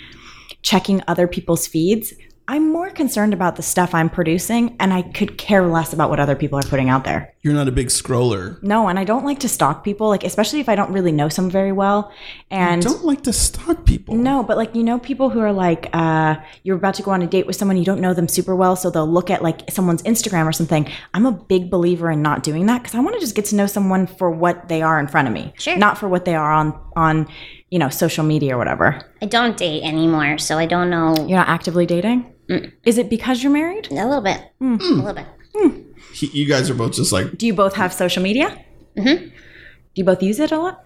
S1: checking other people's feeds. I'm more concerned about the stuff I'm producing, and I could care less about what other people are putting out there.
S2: You're not a big scroller.
S1: No, and I don't like to stalk people, like especially if I don't really know some very well. And
S2: Don't like to stalk people.
S1: No, but like you know, people who are like uh, you're about to go on a date with someone you don't know them super well, so they'll look at like someone's Instagram or something. I'm a big believer in not doing that because I want to just get to know someone for what they are in front of me,
S3: Sure.
S1: not for what they are on on you know social media or whatever.
S3: I don't date anymore, so I don't know.
S1: You're not actively dating. Is it because you're married?
S3: A little bit.
S1: Hmm.
S3: A little bit.
S2: He- you guys are both just like
S1: Do you both have social media? Mm-hmm. Do you both use it a lot?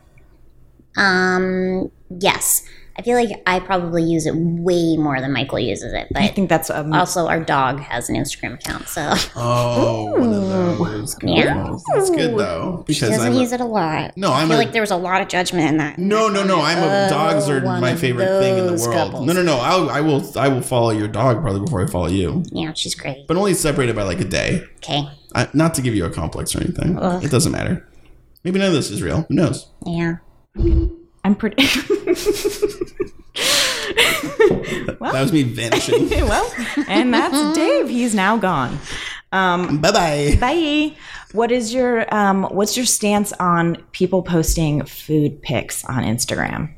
S3: Um, yes. I feel like I probably use it way more than Michael uses it,
S1: I
S3: but
S1: think that's um, a
S3: also our dog has an Instagram account, so
S2: Oh, one of those. Good
S3: (laughs) Yeah.
S2: ones. That's good though. Because
S3: doesn't
S2: I'm a-
S3: use it a lot.
S2: No,
S3: I
S2: I'm
S3: feel
S2: a-
S3: like there was a lot of judgment in that.
S2: no, no, no. I'm a dogs are
S3: Uh, one
S2: my
S3: of
S2: favorite thing in the
S3: those
S2: world.
S3: couples.
S2: No, no, no. I'll, I will. I will follow your dog probably before I follow you,
S3: Yeah, she's great.
S2: but only separated by like a day.
S3: Okay.
S2: I, not to give you a complex or anything. It doesn't matter. Maybe none of this is real. Who knows?
S3: Yeah.
S1: I'm pretty. (laughs)
S2: That was me vanishing.
S3: (laughs)
S1: well, and that's Dave. He's now gone.
S2: bye bye.
S1: Bye. What is your um what's your stance on people posting food pics on Instagram?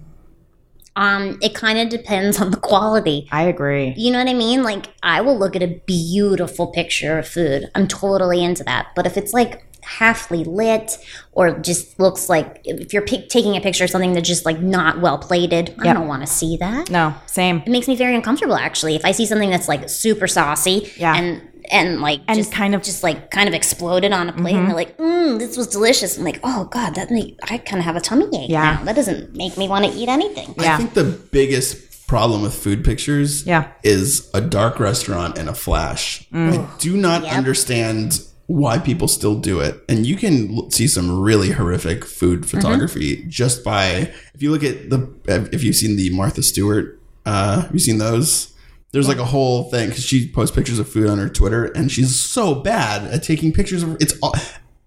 S3: Um, it kind of depends on the quality.
S1: I agree.
S3: You know what I mean? Like, I will look at a beautiful picture of food. I'm totally into that. But if it's like halfly lit or just looks like if you're pic- taking a picture of something that's just like not well plated, I don't want to see that.
S1: No, same.
S3: It makes me very uncomfortable actually. If I see something that's like super saucy
S1: Yeah.
S3: and and like
S1: And
S3: just
S1: kind of- Mm-hmm.
S3: just like kind of exploded on a plate and they're like, mm, this was delicious. I'm like, oh god, that make I kind of have a tummy ache.
S1: Yeah.
S3: now. that doesn't make me want to eat anything.
S1: Yeah.
S2: I think the biggest problem with food pictures
S1: Yeah. Mm.
S2: is a dark restaurant and a flash. I do not understand why people still do it. And you can l- see some really horrific
S1: Mm-hmm.
S2: food photography just by if you look at the if you've seen the Martha Stewart uh have you seen those? There's like a whole thing cuz she posts pictures of food on her Twitter and she's so bad at taking pictures of it's all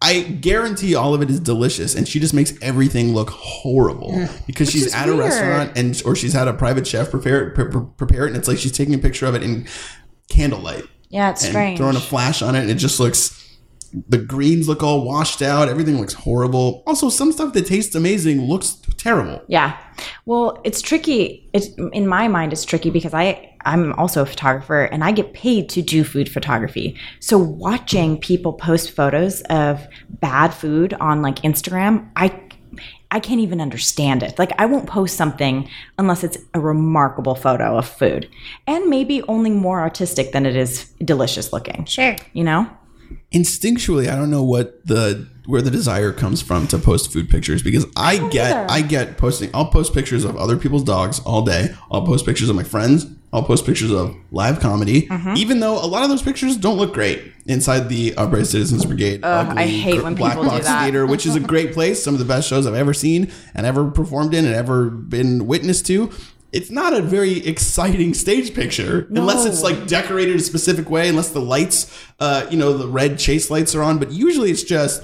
S2: I guarantee all of it is delicious, and she just makes everything look horrible because she's
S1: Mm. is
S2: at
S1: weird.
S2: a restaurant and or she's had a private chef prepare it, pre- pre- prepare it, and it's like she's taking a picture of it in candlelight
S1: Yeah, it's
S2: and
S1: strange.
S2: throwing a flash on it, and it just looks. The greens look all washed out. Everything looks horrible. Also, some stuff that tastes amazing looks terrible.
S1: Yeah. Well, it's tricky. It's in my mind, it's tricky because I I'm also a photographer and I get paid to do food photography. So watching people post photos of bad food on like Instagram, I I can't even understand it. Like I won't post something unless it's a remarkable photo of food and maybe only more artistic than it is delicious looking.
S3: Sure.
S1: You know?
S2: Instinctually, I don't know what the where the desire comes from to post food pictures because I get
S1: either.
S2: I get posting. I'll post pictures of other people's dogs all day. I'll post pictures of my friends. I'll post pictures of live comedy,
S1: Mm-hmm.
S2: even though a lot of those pictures don't look great inside the Upright Citizens Brigade. ugly
S1: I hate
S2: gr-
S1: when
S2: black
S1: people do
S2: box
S1: that.
S2: theater, which is a great place. Some of the best shows I've ever seen and ever performed in and ever been witness to. It's not a very exciting stage picture unless it's like decorated a specific way, unless the lights, uh, you know, the red chase lights are on. But usually it's just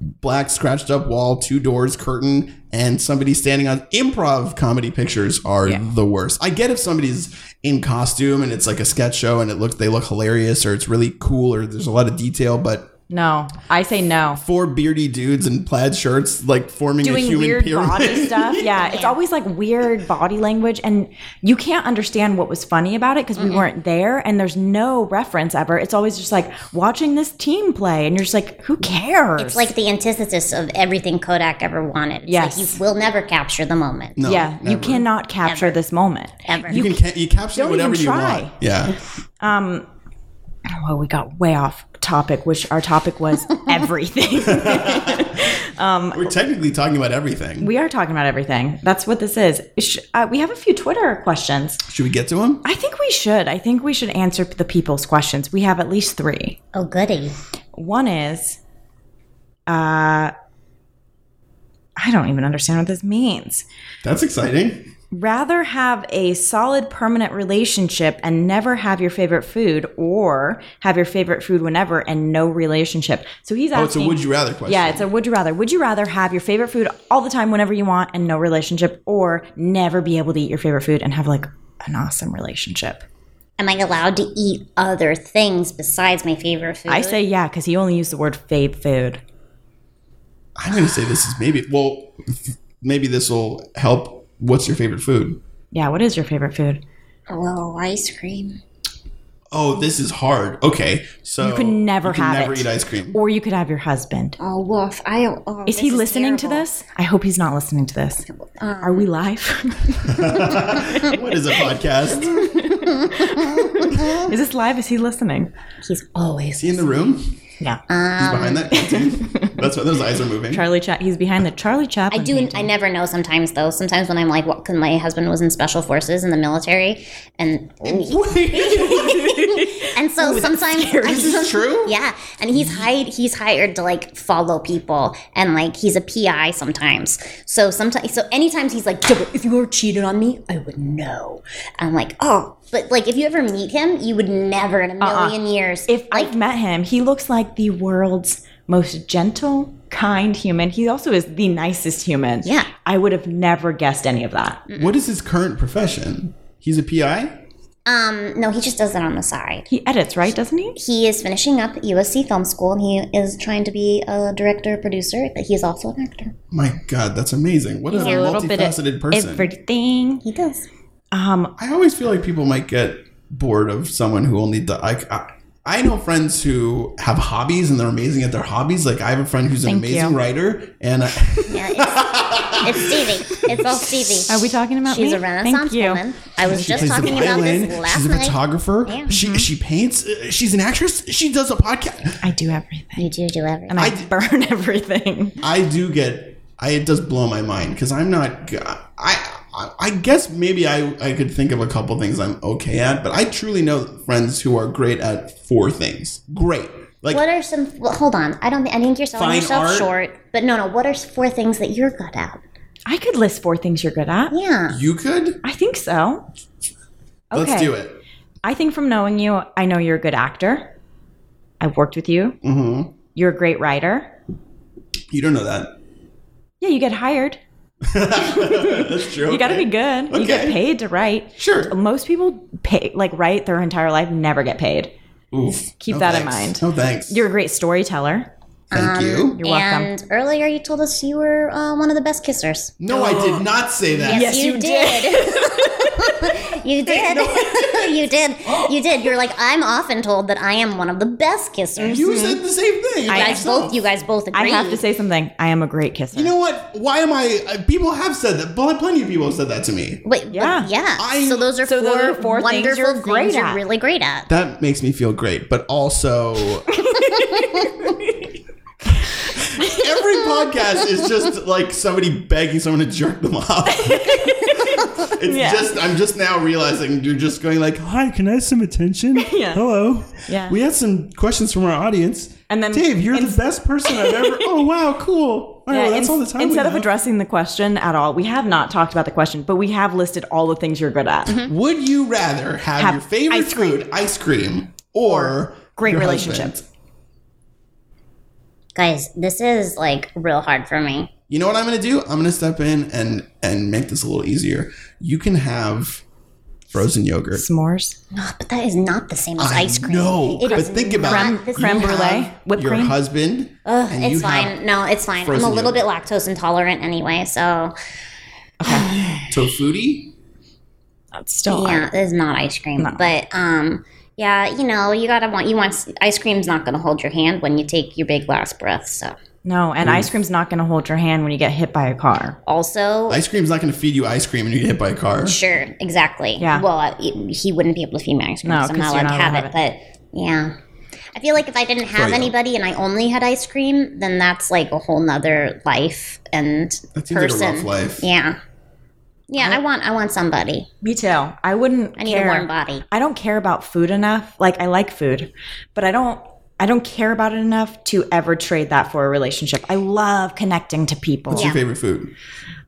S2: black scratched up wall, two doors, curtain, and somebody standing on improv comedy pictures are the worst. I get if somebody's in costume and it's like a sketch show and it looks they look hilarious or it's really cool or there's a lot of detail, but
S1: No. I say no.
S2: four beardy dudes in plaid shirts like forming a
S1: doing
S2: human
S1: weird
S2: pyramid. (laughs)
S1: body stuff. Yeah, it's always like weird body language, and you can't understand what was funny about it because we weren't there, and there's no reference ever. It's always just like watching this team play, and you're just like, who cares?
S3: It's like the antithesis of everything Kodak ever wanted. It's
S1: Yes.
S3: like you will never capture the moment.
S2: No,
S1: yeah, you
S2: never.
S1: cannot capture this moment.
S3: Ever.
S2: You can ca- you capture
S1: Don't
S2: whatever
S1: even
S2: you
S1: try.
S2: want. Yeah.
S1: Oh, Well, we got way off topic, which our topic (laughs) was everything. (laughs)
S2: We're technically talking about everything.
S1: we are talking about everything. That's what this is. Sh- uh, we have a few Twitter questions.
S2: Should we get to them?
S1: I think we should. I think we should answer the people's questions. We have at least three.
S3: oh, goody.
S1: One is, uh, I don't even understand what this means.
S2: That's exciting.
S1: Rather have a solid permanent relationship and never have your favorite food, or have your favorite food whenever and no relationship. So he's asking.
S2: Oh, it's a would you rather question.
S1: yeah, it's a would you rather. Would you rather have your favorite food all the time, whenever you want, and no relationship, or never be able to eat your favorite food and have like an awesome relationship?
S3: Am I allowed to eat other things besides my favorite food?
S1: I say yeah, because he only used the word fave food.
S2: I'm gonna say this is maybe well, maybe this will help. What's your favorite food?
S1: Yeah, what is your favorite food?
S3: Oh, ice cream.
S2: Oh, this is hard. Okay, so you
S1: can never have
S2: never
S1: it.
S2: eat ice cream.
S1: Or you could have your husband.
S3: Oh, woof. I, oh,
S1: Is he listening to this? I hope he's not listening to this.
S3: Um,
S1: Are we live? (laughs)
S2: what is a podcast?
S1: is this live? Is he listening?
S3: He's always.
S2: See in the room? He's
S1: Yeah.
S2: behind that.
S1: Um.
S2: curtain. That's why those eyes are moving.
S1: Charlie Chap. He's behind the Charlie Chaplin.
S3: I do.
S2: Mm-hmm.
S1: painting.
S3: I never know sometimes, though. Sometimes when I'm like, what? Because my husband was in special forces in the military. And
S2: (laughs)
S3: (laughs) and so sometimes.
S2: This is true.
S3: Yeah, and he's hired. He's hired to like follow people, and like he's a PI sometimes. So sometimes, so anytime he's like, "Deborah, if you were cheated on me, I would know. I'm like, oh, but like if you ever meet him, you would never in a
S2: Uh-uh.
S3: million years.
S1: If I've met him, he looks like the world's most gentle, kind human. He also is the nicest human.
S3: Yeah. Mm.
S1: I would have never guessed any of that.
S2: What is his current profession? He's a PI.
S3: um, no, he just does it on the side.
S1: He edits, right? Doesn't he?
S3: He is finishing up USC Film School, and he is trying to be a director, producer, but he is also an actor.
S2: My God, that's amazing. What a, multifaceted person.
S1: everything. Um,
S3: He does.
S2: I always feel like people might get bored of someone who only does. I, I, I know friends who have hobbies and they're amazing at their hobbies. Like I have a friend who's an
S1: Thank
S2: amazing
S1: you.
S2: writer, and uh, (laughs) I,
S3: Yeah, it's, it's Stevie. It's all Stevie.
S1: Are we talking about me?
S3: She's a
S1: Thank
S3: Renaissance
S1: you.
S3: woman. I was
S2: she
S3: just
S2: plays the
S3: talking about
S2: violin.
S3: this last
S2: She's a
S3: night. uh-huh.
S2: photographer. She she paints. uh, She's an actress. She does a podcast.
S1: I do everything.
S3: You do do everything.
S1: And I, (laughs) burn everything.
S2: I do get. I it does blow my mind because I'm not. g- I, I I guess maybe I I could think of a couple things I'm okay at, but I truly know friends who are great at four things. Great. Like
S3: What are some? Well, hold on. I don't. thi- I think you're selling
S2: Fine
S3: yourself
S2: art?
S3: short. But no, no. What are s- four things that you're good at?
S1: I could list four things you're good at.
S3: Yeah.
S2: you could.
S1: I think so.
S2: Let's
S1: Okay.
S2: do it.
S1: I think from knowing you, I know you're a good actor. I've worked with you. Mm-hmm. You're a great writer.
S2: You don't know that.
S1: Yeah, you get hired.
S2: (laughs) That's true.
S1: You got to be good. You get
S2: Okay.
S1: paid to write.
S2: Sure.
S1: Most people pay like write their entire life, never get paid.
S2: Oof.
S1: Keep
S2: No
S1: that in
S2: thanks.
S1: mind.
S2: No thanks.
S1: You're a great storyteller.
S2: Thank you.
S1: You're welcome.
S3: And earlier you told us you were uh, one of the best kissers.
S2: No, I did not say that.
S1: Yes, you did. (laughs)
S3: you did. (laughs) you
S1: (gasps)
S3: did. (laughs) You did. You're like I'm often told that I am one of the best kissers.
S2: You said the same thing.
S3: You
S2: about
S3: guys both.
S2: yourself.
S3: You guys both
S1: I
S3: agree.
S1: have to say something. I am a great kisser.
S2: You know what? Why am I? Uh, people have said that. Pl- Plenty of people have said that to me.
S3: Wait, but
S1: Yeah.
S3: yeah.
S2: I-
S3: so those are
S1: So
S3: four,
S1: those are four things
S3: wonderful
S1: you're great
S3: things
S1: at.
S3: you're really great at.
S2: That makes me feel great, but also. Every podcast is just like somebody begging someone to jerk them
S1: (laughs)
S2: off. it's
S1: Yeah.
S2: just I'm just now realizing you're just going like, "Hi, can I have some attention?
S1: (laughs) Yeah.
S2: Hello.
S1: Yeah.
S2: We had some questions from our audience.
S1: And then-
S2: Dave, you're
S1: ins-
S2: the best person
S1: (laughs)
S2: I've ever. Oh wow, cool. All right,
S1: Yeah,
S2: well, that's
S1: in-
S2: all the time. we
S1: Instead of
S2: have.
S1: addressing the question at all, we have not talked about the question, but we have listed all the things you're good at.
S2: Would you rather have,
S1: Have
S2: your favorite
S1: ice cream.
S2: food, ice cream, or
S1: Great
S2: your
S1: relationship.
S2: husband?
S3: Guys, this is like real hard for me.
S2: You know what I'm going to do? I'm going to step in and and make this a little easier. You can have frozen yogurt.
S1: S'mores,
S3: Oh, but that is not the same as ice cream.
S2: No,
S3: It
S2: but
S3: is
S2: think about
S3: not
S2: it.
S3: the same.
S1: creme
S2: You
S1: brulee,
S2: have
S1: whipped
S2: your
S1: cream.
S2: husband.
S3: Ugh,
S2: and
S3: it's
S2: you have-
S3: fine. No, it's fine. I'm a
S2: frozen
S3: little bit lactose intolerant anyway, so
S2: Tofuti.
S1: that's still
S3: yeah,
S1: hard.
S3: it's not ice cream. But um, yeah, you know, you gotta want you want ice cream's not gonna hold your hand when you take your big last breath. So
S1: No,
S2: Mm.
S1: and ice cream's not going to hold your hand when you get hit by a car.
S3: also,
S2: Ice cream's not going to feed you ice cream and you get hit by a car.
S3: sure, exactly.
S1: Yeah.
S3: Well, I, he wouldn't be able to feed me ice cream.
S1: No,
S3: because I'm
S1: 'cause
S3: not
S1: you're
S3: allowed to
S1: not
S3: have,
S1: allowed
S3: it, But yeah. I feel like if I didn't have
S2: Froyo.
S3: anybody and I only had ice cream, then that's like a whole nother life and
S2: That seems
S3: person.
S2: like a rough life.
S3: Yeah. Yeah, I want I want somebody.
S1: Me too. I wouldn't.
S3: I need
S1: care.
S3: a warm body.
S1: I don't care about food enough. Like I like food, but I don't. I don't care about it enough to ever trade that for a relationship. I love connecting to people.
S2: What's your favorite food?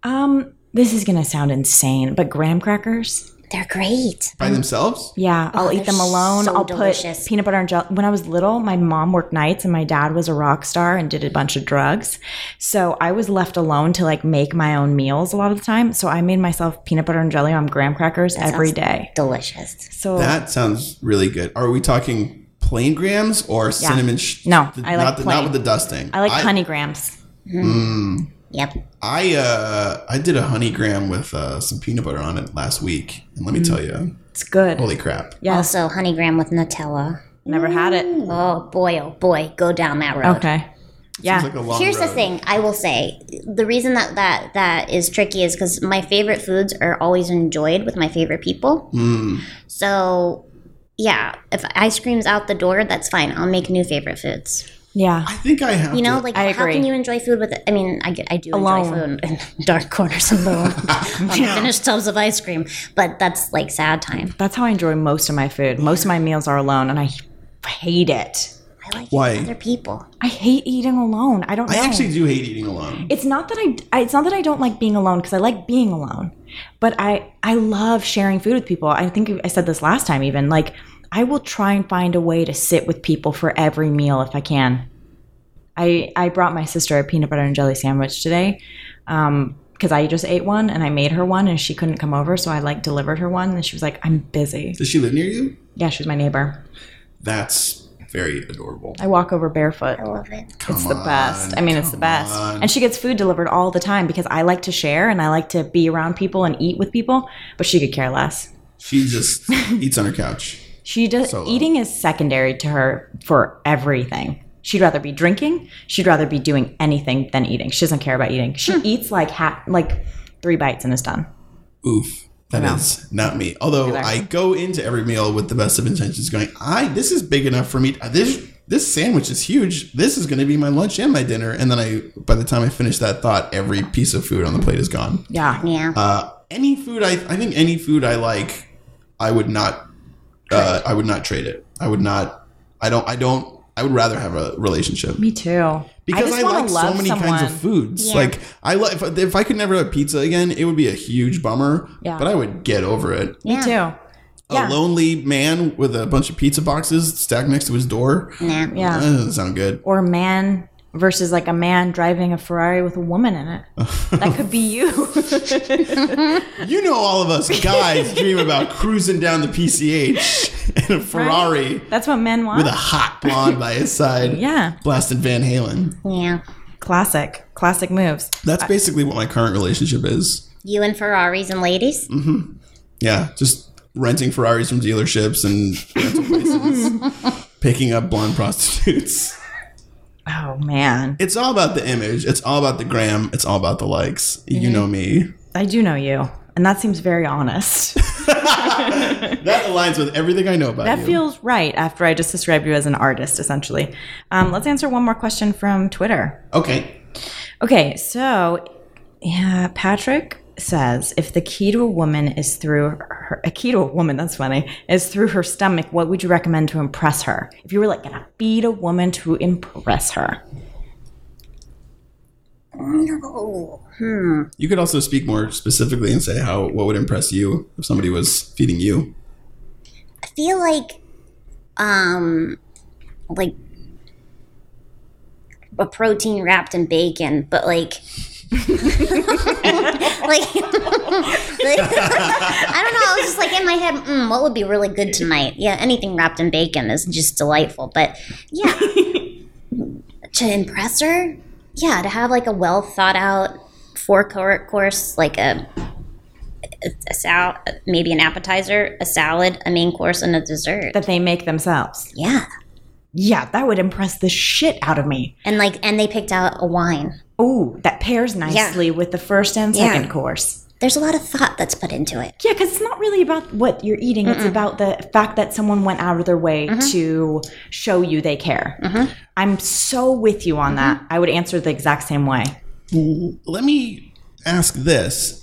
S1: Um, this is gonna sound insane, but graham crackers.
S3: They're great.
S2: By themselves?
S1: Yeah, I'll eat
S3: Oh, they're
S1: them alone.
S3: so
S1: I'll
S3: delicious.
S1: put peanut butter and jelly. When I was little, my mom worked nights and my dad was a rock star and did a bunch of drugs. So I was left alone to like make my own meals a lot of the time. So I made myself peanut butter and jelly on graham crackers every day.
S3: Delicious.
S1: So
S2: That sounds really good. Are we talking plain grams or cinnamon? Sh-
S1: No,
S2: th-
S1: I like
S2: not, the-
S1: plain.
S2: not with the dusting.
S1: I like honey grams.
S3: Yep.
S2: I uh, I did a honey gram with uh, some peanut butter on it last week, and
S1: Mm.
S2: let me tell you,
S1: It's good.
S2: holy crap!
S1: yes,
S3: Also, honeygram with Nutella.
S1: never had it.
S3: Oh boy, oh boy, go down that road.
S1: Okay.
S2: It's
S1: Yeah.
S2: like a long
S3: Here's the
S2: road.
S3: thing I will say the reason that that, that is tricky is because my favorite foods are always enjoyed with my favorite people.
S2: Mm. Hmm.
S3: So, yeah, if ice cream's out the door, that's fine. I'll make new favorite foods.
S1: yeah.
S2: I think I have.
S3: You know,
S2: to-
S3: like
S1: I
S3: how
S1: agree.
S3: can you enjoy food with? I mean, I, I do
S1: Alone.
S3: enjoy food in (laughs) dark corners of the world, unfinished tubs of ice cream, but that's like sad time.
S1: That's how I enjoy most of my food. Most of my meals are alone and I hate it.
S3: I like
S2: Why?
S3: other people.
S1: I hate eating alone. I don't know.
S2: I actually do hate eating alone.
S1: it's not that I, I- it's not that I don't like being alone because I like being alone, but I I love sharing food with people. I think I said this last time even like I will try and find a way to sit with people for every meal if I can. I I brought my sister a peanut butter and jelly sandwich today. Um because I just ate one and I made her one and she couldn't come over, so I like delivered her one and she was like, "I'm busy."
S2: Does she live near you?
S1: Yeah, she's my neighbor.
S2: That's very adorable.
S1: I walk over barefoot.
S3: I love it.
S1: It's the best. I mean, it's the best. And she gets food delivered all the time because I like to share and I like to be around people and eat with people, but she could care less.
S2: She
S3: (laughs)
S2: just eats on her couch.
S1: She does
S2: Solo.
S1: eating is secondary to her for everything. She'd rather be drinking, she'd rather be doing anything than eating. She doesn't care about eating. She
S2: Hmm.
S1: eats like ha- like 3 bites and is done.
S2: Oof. that is not me. Although I go into every meal with the best of intentions, going, I this is big enough for me. Uh, This this sandwich is huge. This is going to be my lunch and my dinner. And then I, by the time I finish that thought, every piece of food on the plate is gone.
S1: Yeah.
S3: Yeah.
S2: Uh, any food, I I think any food I like, I would not, uh, I would not trade it. I would not. I don't. I don't. I would rather have a relationship.
S1: Me too.
S2: because
S1: just
S2: I,
S1: wanna
S2: like so
S1: love
S2: many
S1: someone.
S2: kinds of foods.
S3: Yeah.
S2: Like I love if, if I could never have pizza again, it would be a huge bummer.
S1: Mm-hmm. Yeah.
S2: But I would get over it.
S1: Me too. Yeah.
S2: A lonely man with a bunch of pizza boxes stacked next to his door.
S3: Nah.
S1: Yeah.
S2: That doesn't sound good.
S1: Or a man versus like a man driving a Ferrari with a woman in
S2: (laughs)
S1: it. that could be you.
S2: You know, all of us
S1: (laughs)
S2: guys dream about cruising down the PCH in a Ferrari
S1: That's what men want.
S2: (laughs) with a hot blonde by his side.
S1: Yeah.
S2: Blasting Van Halen.
S3: Yeah.
S1: classic, classic moves.
S2: That's basically what my current relationship is.
S3: You and Ferraris and ladies?
S2: Yeah, just renting Ferraris from dealerships and rental places,
S1: (laughs)
S2: picking up blonde prostitutes.
S1: Oh man,
S2: It's all about the image. It's all about the gram. It's all about the likes.
S1: Mm-hmm.
S2: You know me.
S1: I do know you, and that seems very
S2: (laughs)
S1: honest.
S2: That aligns with everything I know about
S1: That
S2: you.
S1: feels right after I just described you as an artist, essentially. Um, let's answer one more question from Twitter.
S2: okay.
S1: Okay, so yeah, Patrick says if the key to a woman is through her, a key to a woman, that's funny, is through her stomach, what would you recommend to impress her? If you were like gonna beat a woman to impress her,
S3: No. Hmm.
S2: You could also speak more specifically and say how what would impress you if somebody was feeding you.
S3: I feel like, um, like a protein wrapped in bacon, but like, (laughs) like, like- I don't know. I was just like in my head, mm, what would be really good tonight? Yeah, anything wrapped in bacon is just delightful. But yeah, to impress her, yeah, to have like a well thought out four cour- course, like a a sal- maybe an appetizer, a salad, a main course, and a dessert.
S1: that they make themselves.
S3: Yeah,
S1: Yeah, that would impress the shit out of me.
S3: and like, and they picked out a wine.
S1: Oh, that pairs nicely with the first and
S3: Yeah.
S1: second course.
S3: There's a lot of thought that's put into it.
S1: Yeah, because it's not really about what you're eating. It's about the fact that someone went out of their way
S3: Mm-hmm.
S1: to show you they care. I'm so with you on that.
S3: Mm-hmm.
S1: I would answer the exact same way.
S2: Let me ask this.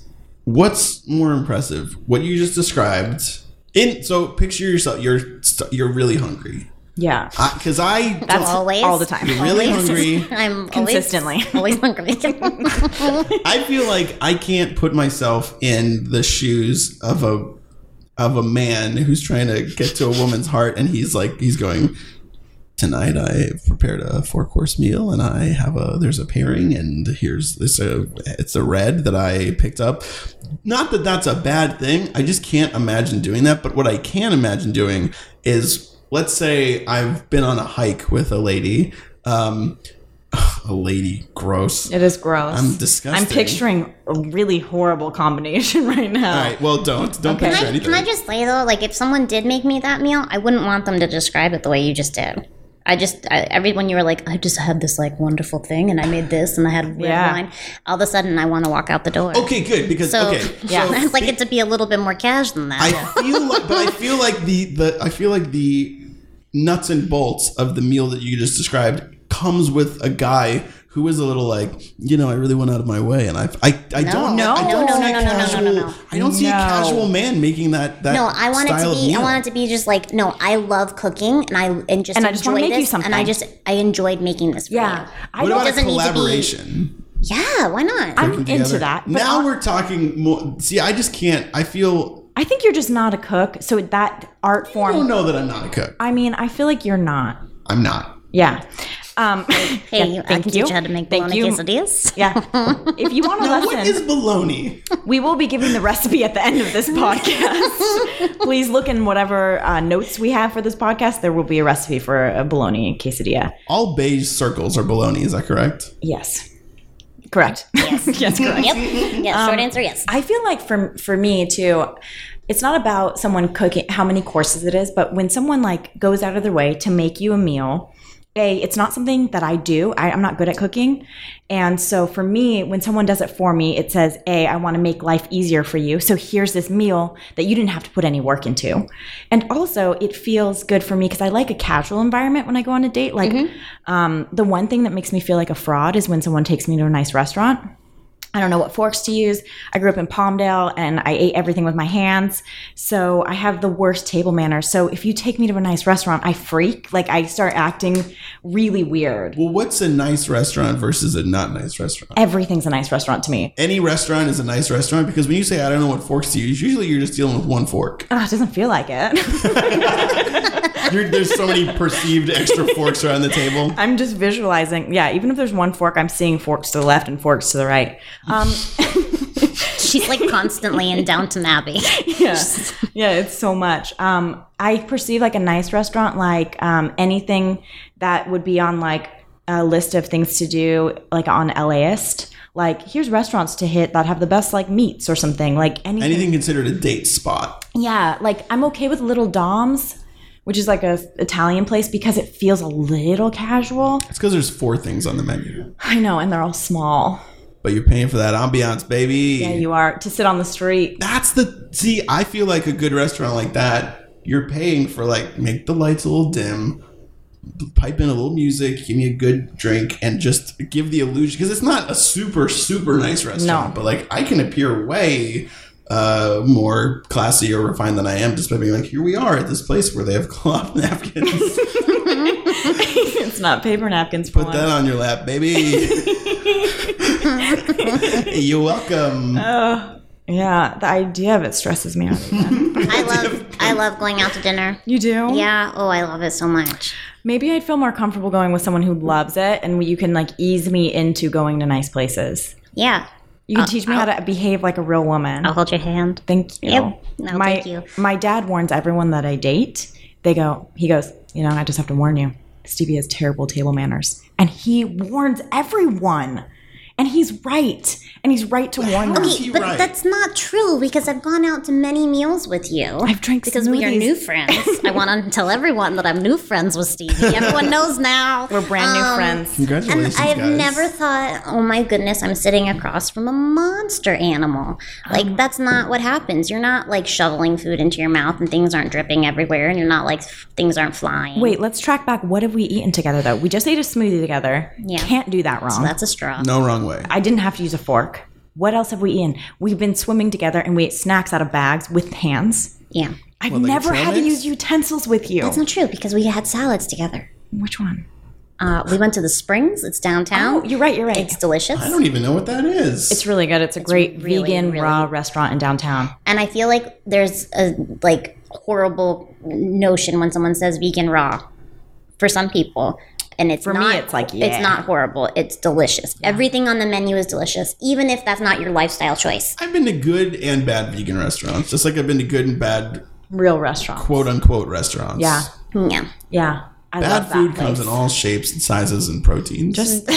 S2: What's more impressive? What you just described in so picture yourself you're st- you're really hungry.
S1: Yeah.
S2: Cuz I don't-
S3: Always,
S1: all the
S3: (laughs)
S1: time.
S2: you're really hungry.
S3: I'm
S1: Consistently.
S3: (laughs) always,
S2: (laughs)
S3: always hungry.
S2: I feel like I can't put myself in the shoes of a of a man who's trying to get to a woman's heart and he's like he's going tonight I prepared a four course meal and I have a there's a pairing and here's this a it's a red that I picked up not that that's a bad thing I just can't imagine doing that but what I can imagine doing is let's say I've been on a hike with a lady um (sighs) a lady gross
S1: It is gross.
S2: I'm disgusting.
S1: I'm picturing a really horrible combination (laughs) right now.
S2: All right. Well, don't don't
S1: Okay.
S2: picture
S3: Can I-
S2: anything.
S3: Can I just say though, like if someone did make me that meal, I wouldn't want them to describe it the way you just did. I just I, every when you were like, I just had this like wonderful thing, and I made this, and I had red
S1: Yeah.
S3: wine. All of a sudden, I want to walk out the door.
S2: okay, good because
S3: (laughs) So
S2: okay.
S1: Yeah.
S3: I'd like it to be a little bit more cash than that.
S2: I feel like, but I feel like the the I feel like the nuts and bolts of the meal that you just described comes with a guy who is a little like you know I really went out of my way and I I, I don't
S3: No.
S2: I don't
S3: No, no,
S2: see a
S3: no, no, no, no, no,
S2: casual,
S3: no.
S2: I don't see a
S1: No.
S2: casual man making that that
S3: no,
S2: (laughs)
S3: I want it
S2: style
S3: to
S2: of
S3: be. I
S2: meal.
S3: want it to be just like no. I love cooking, and I and just
S1: And I
S3: enjoy
S1: just wanna make
S3: this,
S1: you something.
S3: and I just I enjoyed making this. For
S1: Yeah.
S3: you.
S1: I
S2: What
S1: don't-
S2: about a
S3: doesn't need to be-
S2: collaboration?
S3: yeah. Why not?
S1: I'm into
S2: together?
S1: that. but
S2: Now
S1: I-
S2: we're talking more. See, I just can't. I feel.
S1: I think you're just not a cook. So that art
S2: I don't
S1: form.
S2: know that I'm not a cook.
S1: I mean, I feel like you're not.
S2: I'm not.
S1: Yeah. Um,
S3: hey,
S1: (laughs) yeah,
S3: you, I can teach you how to make
S1: Thank
S3: bologna
S1: you.
S3: quesadillas.
S1: (laughs) Yeah. If you want a lesson,
S2: (laughs) What is bologna?
S1: we will be giving the recipe at the end of this podcast. Please look in whatever uh, notes we have for this podcast. There will be a recipe for a bologna quesadilla.
S2: All beige circles are bologna, is that correct?
S1: Yes. Correct. Yes. (laughs) yes, correct.
S3: Yep. Yeah.
S1: Um,
S3: Short
S1: (laughs)
S3: answer, yes.
S1: I feel like for for me too, it's not about someone cooking how many courses it is, but when someone like goes out of their way to make you a meal, a it's not something that I do. I, I'm not good at cooking, and so for me, when someone does it for me, it says a I want to make life easier for you. So here's this meal that you didn't have to put any work into, and also it feels good for me because I like a casual environment when I go on a date. Like um, the one thing that makes me feel like a fraud is when someone takes me to a nice restaurant I don't know what forks to use. I grew up in Palmdale and I ate everything with my hands. So I have the worst table manners. So if you take me to a nice restaurant, I freak. Like I start acting really weird.
S2: Well, what's a nice restaurant versus a not nice restaurant?
S1: Everything's a nice restaurant to me.
S2: Any restaurant is a nice restaurant because when you say I don't know what forks to use, usually you're just dealing with one (laughs) fork.
S1: Ah, it doesn't feel like it. (laughs)
S2: You're, there's so many perceived extra forks around the table.
S1: I'm just visualizing. Yeah, even if there's one fork, I'm seeing forks to the left and forks to the right. Um,
S3: She's like constantly in
S1: (laughs)
S3: Downton Abbey.
S1: yeah. yeah, it's so much. Um, I perceive like a nice restaurant, like um, anything that would be on like a list of things to do, like on LAist. Like here's restaurants to hit that have the best like meats or something. Like anything.
S2: Anything considered a date spot.
S1: Yeah, like I'm okay with Little Dom's, which is like a Italian place because it feels a little casual.
S2: It's because there's four things on the menu,
S1: I know, and they're all small.
S2: but you're paying for that ambiance, baby.
S1: Yeah, you are to sit on the street. (laughs)
S2: That's the see. I feel like a good restaurant like that. You're paying for like make the lights a little dim, pipe in a little music, give me a good drink, and just give the illusion because it's not a super super nice
S1: No.
S2: restaurant, but like I can appear way uh more classy or refined than I am just by being like here we are at this place where they have (laughs) cloth napkins.
S1: it's not paper napkins for
S2: Put that
S1: one.
S2: on your lap, baby. You're welcome.
S1: Yeah, the idea of it stresses me out.
S3: I love I love going out to dinner.
S1: you do?
S3: Yeah. Oh, I love it so much.
S1: Maybe I'd feel more comfortable going with someone who loves it and you can like ease me into going to nice places.
S3: Yeah.
S1: You can teach me how to behave like a real woman.
S3: Uh, I'll hold your hand.
S1: Thank you.
S3: Yep. No,
S1: my,
S3: thank you.
S1: My dad warns everyone that I date. They go, he goes, you know, I just have to warn you. Stevie has terrible table manners. And he warns everyone. And he's right. And he's right to warn them.
S2: Is he
S3: But
S2: right?
S3: that's not true because I've gone out to many meals with you.
S1: I've drank
S3: because we are
S1: smoothies.
S3: new friends. I want to tell everyone that I'm new friends with
S1: (laughs)
S3: Stevie. Everyone knows now.
S1: We're brand new
S3: Um,
S1: friends.
S2: Congratulations,
S3: I've
S2: guys.
S3: never thought, oh my goodness, I'm sitting across from a monster animal. Like,
S1: Oh.
S3: that's not what happens. You're not like shoveling food into your mouth and things aren't dripping everywhere and you're not like f- things aren't flying.
S1: Wait, let's track back. What have we eaten together though? We just ate a smoothie together.
S3: Yeah.
S1: Can't do that wrong.
S3: That's a straw.
S2: No wrong way.
S1: I didn't have to use a fork. What else have we eaten? We've been swimming together and we ate snacks out of bags with hands.
S3: Yeah.
S1: I've
S2: like a
S1: never
S2: trail
S1: had to use
S2: mix?
S1: utensils with you.
S3: That's not true because we had salads together.
S1: Which one?
S3: Uh, we went to the springs, it's downtown.
S1: Oh, you're right. You're right.
S3: it's delicious.
S2: I don't even know what that is.
S1: It's really good. It's a great
S3: really,
S1: vegan
S3: really-
S1: raw restaurant in downtown.
S3: And I feel like there's a like horrible notion when someone says vegan raw for some people. And it's
S1: For me,
S3: not,
S1: it's like, yeah.
S3: it's not horrible. It's delicious. Everything on the menu is delicious, even if that's not your lifestyle choice.
S2: I've been to good and bad vegan restaurants, just like I've been to good and bad
S1: Real restaurant.
S2: quote unquote restaurants.
S1: Yeah.
S3: Yeah.
S1: Yeah. I
S2: Bad
S1: love
S2: food
S1: that.
S2: comes in all shapes and sizes and proteins. (laughs)
S1: Just,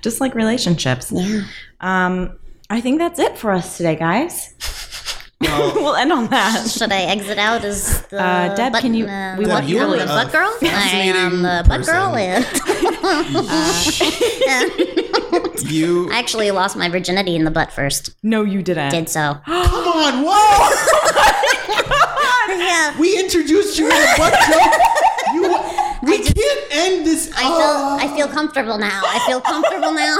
S1: just like relationships. Yeah. Um, I think that's it for us today, guys. (laughs)
S3: (laughs)
S1: we'll end on that.
S3: Should I exit out as the
S1: Uh, Deb,
S3: butt-
S1: can you-
S3: uh,
S1: we want
S3: butt-
S2: you
S3: I'm
S2: were
S3: the
S2: a
S3: butt girl? I
S2: (laughs) fascinating
S3: am the butt girl.
S2: person. you
S3: (laughs) I actually lost my virginity in the butt first.
S1: No, you didn't.
S3: Did so.
S2: come on, whoa!
S3: (laughs)
S2: (laughs)
S3: yeah.
S2: we introduced you in a butt joke. You,
S3: (laughs)
S2: we can't end this.
S3: I feel, I feel comfortable now. I feel comfortable now.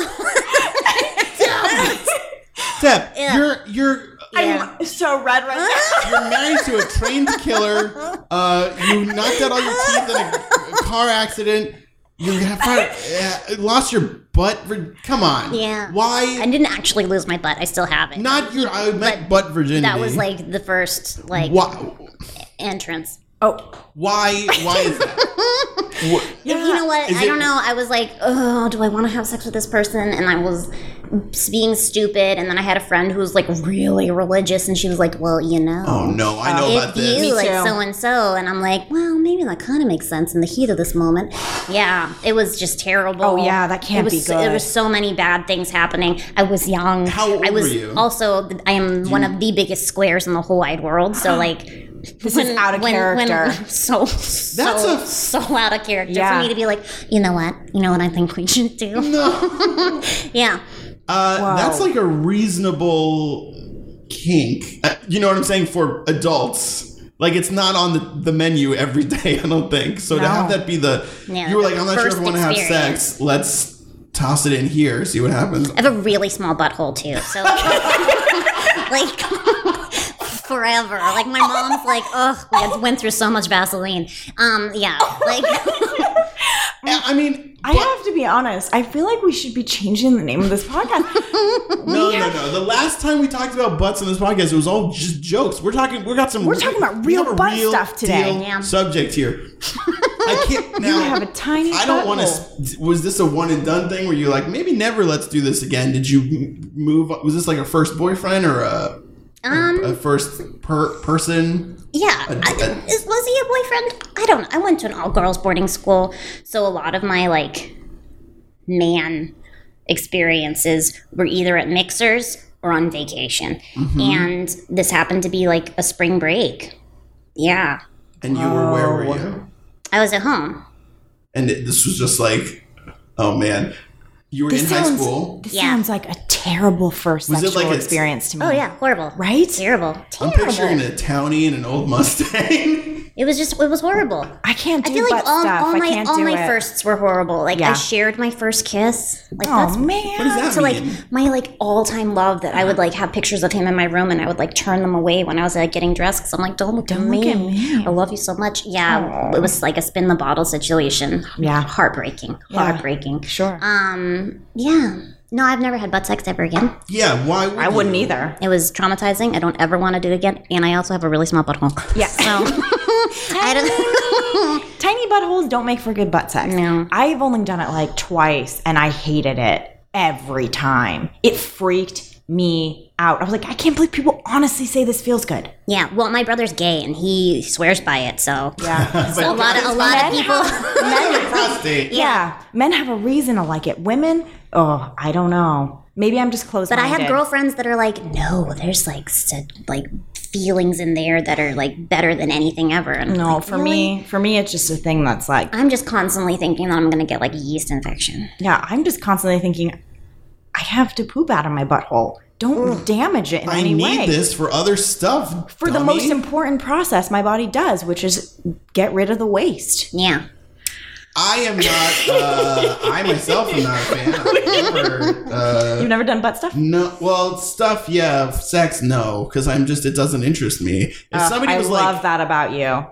S3: (laughs)
S2: Step, you're you're
S3: yeah.
S1: I'm so red right (laughs) now.
S2: you're married to a trained killer. Uh, you knocked out all your teeth in a, a car accident. You
S3: (laughs)
S2: have uh, lost your butt. vir- Come on.
S3: Yeah.
S2: Why?
S3: I didn't actually lose my butt. I still have it.
S2: Not your. I meant butt virginity.
S3: that was like the first like
S2: Why?
S3: entrance.
S1: Oh,
S2: Why? Why is that? Wha-
S3: You know what?
S2: Is
S3: I
S2: it-
S3: don't know. I was like, oh, do I want to have sex with this person? And I was being stupid. And then I had a friend who was like really religious, and she was like, well, you know.
S2: oh no! (laughs) I know about
S3: Uh, If
S2: this.
S3: you like
S1: too.
S3: so and so, and I'm like, well, maybe that kind of makes sense in the heat of this moment. Yeah, it was just terrible.
S1: Oh, yeah, that can't
S3: it was,
S1: be good.
S3: There was so many bad things happening. I was young.
S2: How old
S3: I was
S2: were you?
S3: also. I am one of the biggest squares in the whole wide world.
S1: (gasps)
S3: So like,
S1: this is out of character.
S3: (laughs) so that's so,
S2: a-
S3: so out of character
S1: Yeah.
S3: for me to be like, you know what, you know what I think we should do. No. (laughs) yeah.
S2: Uh, that's like a reasonable kink. Uh, you know what I'm saying for adults. Like it's not on the, the menu (laughs) every day. I don't think so. To have that be the
S3: Yeah,
S2: you were
S3: the
S2: like, I'm not sure if
S3: first
S2: I want to have
S3: experience. Uh,
S2: sex. Let's toss it in here, see what happens.
S3: I have a really small butthole too, so like (laughs) forever. Like my mom's like, ugh, we had- went through so much Vaseline. Um, yeah, like (laughs)
S2: I I mean,
S1: I have to be honest. I feel like we should be changing the name of this podcast.
S2: no, no, no. The last time we talked about butts on this podcast, it was all just jokes. We're talking. We got some.
S1: We're talking about
S2: we
S1: real
S2: have a
S1: butt stuff today.
S2: deal
S3: Yeah.
S2: Subject here. I
S1: (laughs)
S2: can't now.
S1: have a tiny
S2: I don't want
S1: butthole.
S2: to. Was this a one and done thing where you're like, maybe never let's do this again? Did you m- move? Was this like a first boyfriend or a,
S3: um,
S2: a first per, person?
S3: yeah. I, is, was he a boyfriend? I don't. know. I went to an all girls boarding school, so a lot of my like man experiences were either at mixers or on vacation, and this happened to be like a spring break. Yeah,
S2: And you were where
S1: Oh.
S2: were you?
S3: I was at home.
S2: And it, this was just like, oh man, you were in high
S1: sounds-
S2: school.
S1: This
S3: Yeah.
S1: sounds like a terrible first
S2: Was it
S1: sexual
S2: like a-
S1: experience to me.
S3: Oh yeah, horrible.
S1: Right?
S3: Terrible.
S2: I'm
S3: Terrible.
S2: picturing a townie and an old (laughs) Mustang.
S3: It was just it was horrible.
S1: I can't do
S3: I feel
S1: butt
S3: like all,
S1: stuff.
S3: all
S1: I
S3: my
S1: can't
S3: all
S1: do
S3: my
S1: it.
S3: firsts were horrible. Like
S1: Yeah.
S3: I shared my first kiss. Like
S1: Oh
S3: that's
S1: man.
S2: What does
S3: to
S2: that
S3: like
S2: mean?
S3: my like all time love that I would like have pictures of him in my room and I would like turn them away when I was like getting dressed because I'm like don't look, at,
S1: look
S3: me.
S1: at me.
S3: I love you so much. Yeah, it was like a spin the bottle situation.
S1: Yeah.
S3: heartbreaking.
S1: Yeah.
S3: Heartbreaking.
S1: Sure.
S3: Um. Yeah. No, I've never had butt sex ever again.
S2: Yeah, why? Would
S1: I wouldn't
S2: you?
S1: either.
S3: It was traumatizing. I don't ever want to do it again. And I also have a really small butthole.
S1: (laughs) Yeah.
S3: (laughs) I don't. (laughs)
S1: Tiny buttholes don't make for good butt sex.
S3: No.
S1: I've only done it like twice and I hated it every time. It freaked me out. I was like, I can't believe people honestly say this feels
S3: (laughs)
S1: good.
S3: Yeah, well, my brother's gay and he swears by it, so
S1: Yeah.
S2: But
S3: a lot of a lot
S1: (laughs)
S3: of people.
S2: I have a prostate.
S1: yeah. Men have a reason to like it. Women, oh, I don't know. Maybe I'm just closed.
S3: (laughs) But I have girlfriends that are like, no, there's like said like feelings in there that are like better than anything ever. And
S1: No, for me, for me, it's just a thing that's like,
S3: I'm just constantly thinking that I'm gonna get like a yeast infection.
S1: yeah, I'm just constantly thinking, I have to poop out of my butthole. Don't damage it in
S2: I
S1: any
S2: need
S1: way.
S2: this for other stuff.
S1: for the
S2: dummy.
S1: most important process my body does, which is get rid of the waste. (laughs)
S3: Yeah.
S2: I am not. Uh, I myself am not a fan.
S3: (laughs)
S2: I've never, uh,
S1: You've never done butt stuff?
S2: no, well, stuff, yeah. Sex, no, because I'm just. It doesn't interest me. If somebody
S1: I
S2: was
S1: love
S2: like,
S1: that about
S2: (laughs)
S1: you. I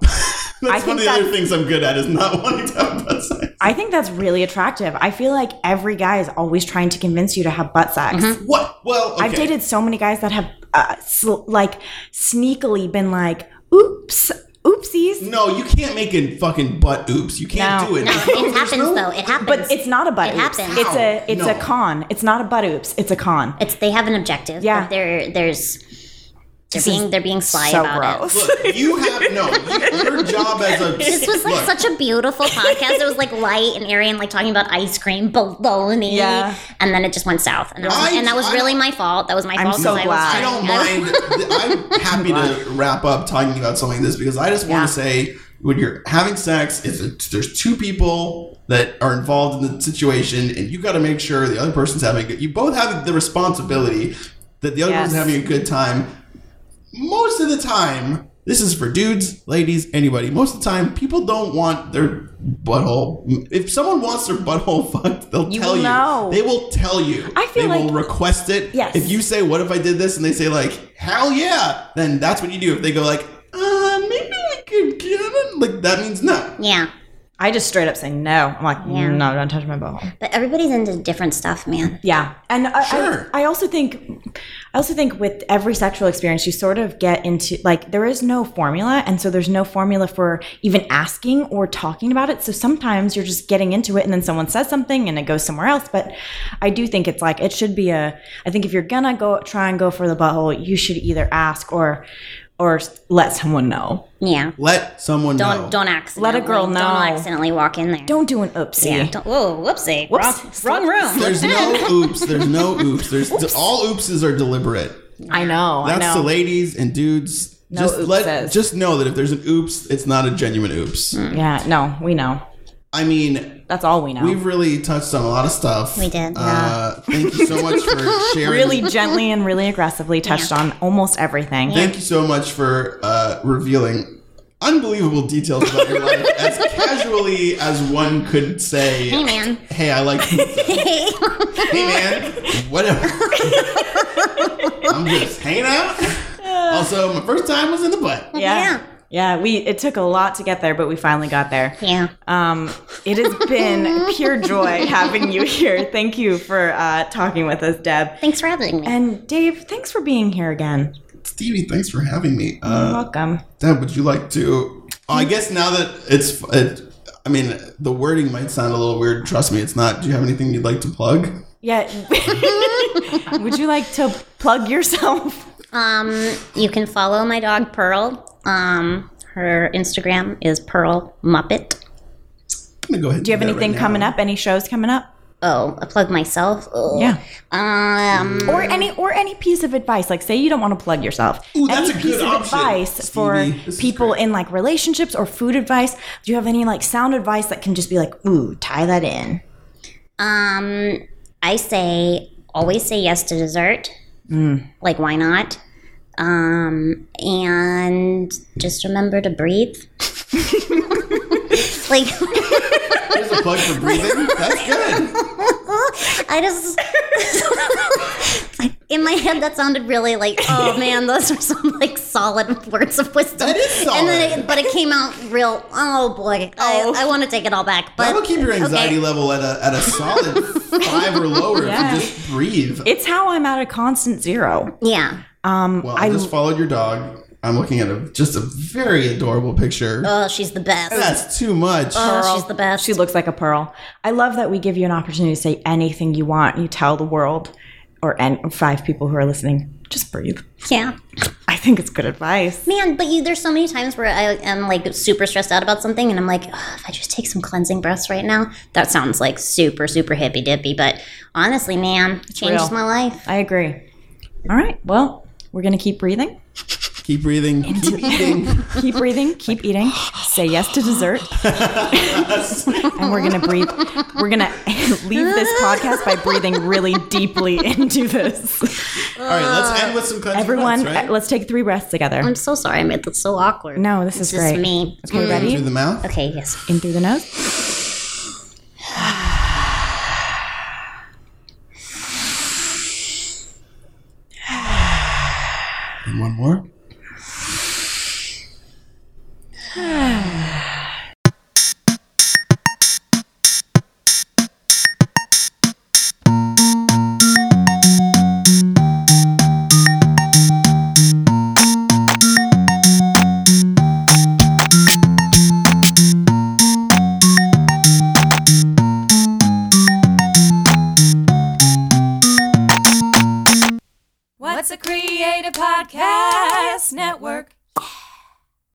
S2: that's
S1: think
S2: one of the
S1: that-
S2: other things I'm good at is not (laughs) wanting to have butt sex.
S1: I think that's really attractive. I feel like every guy is always trying to convince you to have butt sex.
S2: What? Well, Mm-hmm. okay.
S1: I've dated so many guys that have uh, sl- like sneakily been like, "Oops, oopsies,"
S2: No, you can't make a fucking butt oops. You can't
S1: No.
S2: do it.
S3: No,
S1: (laughs)
S3: it happens though. It happens.
S1: but it's not a butt
S3: It
S1: oops.
S3: happens.
S1: It's a it's a
S2: No.
S1: con. It's not a butt oops. It's a con.
S3: It's- they have an objective.
S1: Yeah.
S3: But they're there's they're
S1: This
S3: being
S1: is
S3: they're being sly
S1: so
S3: about
S1: gross.
S3: it.
S2: Look, you have
S1: (laughs)
S2: no. you- Your job as a
S3: This was like
S2: look,
S3: such a beautiful podcast. It was like light and airy and like talking about ice cream, bologna,
S1: Yeah.
S3: and then it just went south. And that was,
S2: I-
S3: and that was
S2: I-
S3: really my fault. That was my fault.
S1: so
S3: 'cause I was
S1: glad.
S2: I don't
S3: trying-
S2: (laughs) mind. I'm happy to wrap up talking about something like this because I just want
S1: Yeah.
S2: to say when you're having sex, if there's two people that are involved in the situation, and you got to make sure the other person's having a good. You both have the responsibility that the other
S1: Yes.
S2: person's having a good time. Most of the time, this is for dudes, ladies, anybody. Most of the time, people don't want their butthole. If someone wants their butthole (laughs) fucked, they'll
S1: You
S2: tell
S1: will
S2: you.
S1: know.
S2: They will tell you.
S1: I feel
S2: they
S1: like-
S2: will request it.
S1: Yes.
S2: If you say, "What if I did this?" and they say, like, "Hell yeah," then that's what you do. If they go like, "Uh, maybe we could get it," like that means no.
S3: Yeah.
S1: I just straight up say no. I'm like, no, don't touch my butthole.
S3: But everybody's into different stuff, man.
S1: Yeah, and I,
S2: Sure.
S1: I, I also think, I also think with every sexual experience, you sort of get into like there is no formula, and so there's no formula for even asking or talking about it. So sometimes you're just getting into it, and then someone says something, and it goes somewhere else. But I do think it's like it should be a. I think if you're gonna go try and go for the butthole, you should either ask or, or let someone know.
S3: Yeah.
S2: Let someone
S3: Don't
S2: know.
S3: don't accidentally
S1: Let a girl know.
S3: Don't accidentally walk in there.
S1: Don't do an oopsie.
S3: Yeah. Don't, whoa, whoopsie.
S1: Whoops.
S3: Wrong, wrong
S1: (laughs)
S3: room.
S2: There's no oops. There's no oops. There's all oopses are deliberate.
S1: I know. I
S2: That's
S1: know.
S2: the ladies and dudes.
S1: No
S2: just let
S1: oopses.
S2: just know that if there's an oops, it's not a genuine oops.
S1: yeah. No, we know.
S2: I mean,
S1: That's all we know.
S2: We've really touched on a lot of stuff.
S3: We did,
S2: Uh, thank you so much for sharing.
S1: really gently and really aggressively touched on almost everything.
S2: Thank you so much for uh, revealing unbelievable details about your life (laughs) as casually as one could say.
S3: Hey, man. (laughs)
S2: Hey, I like pizza. hey, man. Whatever. (laughs) I'm just hanging out. Also, my first time was in the butt.
S1: Yeah. Yeah, we it took a lot to get there, but we finally got there.
S3: Yeah.
S1: Um, it has been pure joy having you here. Thank you for uh, talking with us, Deb.
S3: Thanks for having me.
S1: And Dave, thanks for being here again.
S2: Stevie, thanks for having me. Uh,
S1: Welcome.
S2: Deb, would you like to? Oh, I guess now that it's, it, I mean, the wording might sound a little weird. Trust me, it's not. Do you have anything you'd like to plug?
S1: Yeah. (laughs) Would you like to plug yourself?
S3: Um, you can follow my dog Pearl. Um, her Instagram is Pearl Muppet.
S2: I'm gonna go ahead.
S1: Do you have anything coming up? Any shows coming up?
S3: Oh, I plug myself. Ugh.
S1: Yeah.
S3: Um,
S1: Or any or any piece of advice, like say you don't want to plug yourself.
S2: Ooh, that's
S1: any
S2: a
S1: piece
S2: good
S1: of
S2: option,
S1: advice
S2: Stevie.
S1: for
S2: This is
S1: people
S2: great.
S1: in like relationships or food advice. Do you have any like sound advice that can just be like, ooh, tie that in?
S3: um, I say always say yes to dessert. Like, why not? Um, and just remember to breathe. (laughs) like, (laughs)
S2: There's a plug for breathing. That's good.
S3: I just (laughs) in my head that sounded really like oh man those are some like solid words of wisdom.
S2: That is
S3: And then
S2: solid.
S3: it, but it came out real oh boy
S1: Oh.
S3: I, I want to take it all back but
S2: That'll keep your anxiety
S3: okay.
S2: level at a at
S1: (laughs)
S2: a solid five or lower
S1: Yeah.
S2: if you just breathe.
S1: It's how I'm at a constant zero.
S3: yeah
S1: Um
S2: well,
S1: I
S2: I just followed your dog. I'm looking at a just a very adorable picture.
S1: Uh,
S3: oh she's the best
S2: That's too much.
S3: oh she's the best
S1: She looks like a pearl. I love that we give you an opportunity to say anything you want. You tell the world or and five people who are listening, just breathe.
S3: yeah
S1: I think it's good advice.
S3: man but you there's so many times where I am like super stressed out about something and I'm like "Ugh, if I just take some cleansing breaths right now that sounds like super super hippy dippy but honestly man it changes
S1: real.
S3: my life
S1: I agree. All right. Well, we're going to keep breathing.
S2: keep breathing.
S1: (laughs)
S2: Keep eating.
S1: Keep breathing. Keep eating. Say yes to dessert. (gasps) and we're going to breathe. We're going to (laughs) leave this podcast by breathing really deeply into this.
S2: All right, let's end with some cleansing
S1: Uh, Everyone,
S2: breaths, right?
S1: let's take three breaths together.
S3: I'm so sorry I made that so awkward
S1: No, this is
S3: It's just
S1: great.
S3: me.
S1: Okay, ready?
S2: through the mouth.
S3: Okay, yes.
S1: In through the nose.
S2: And one more.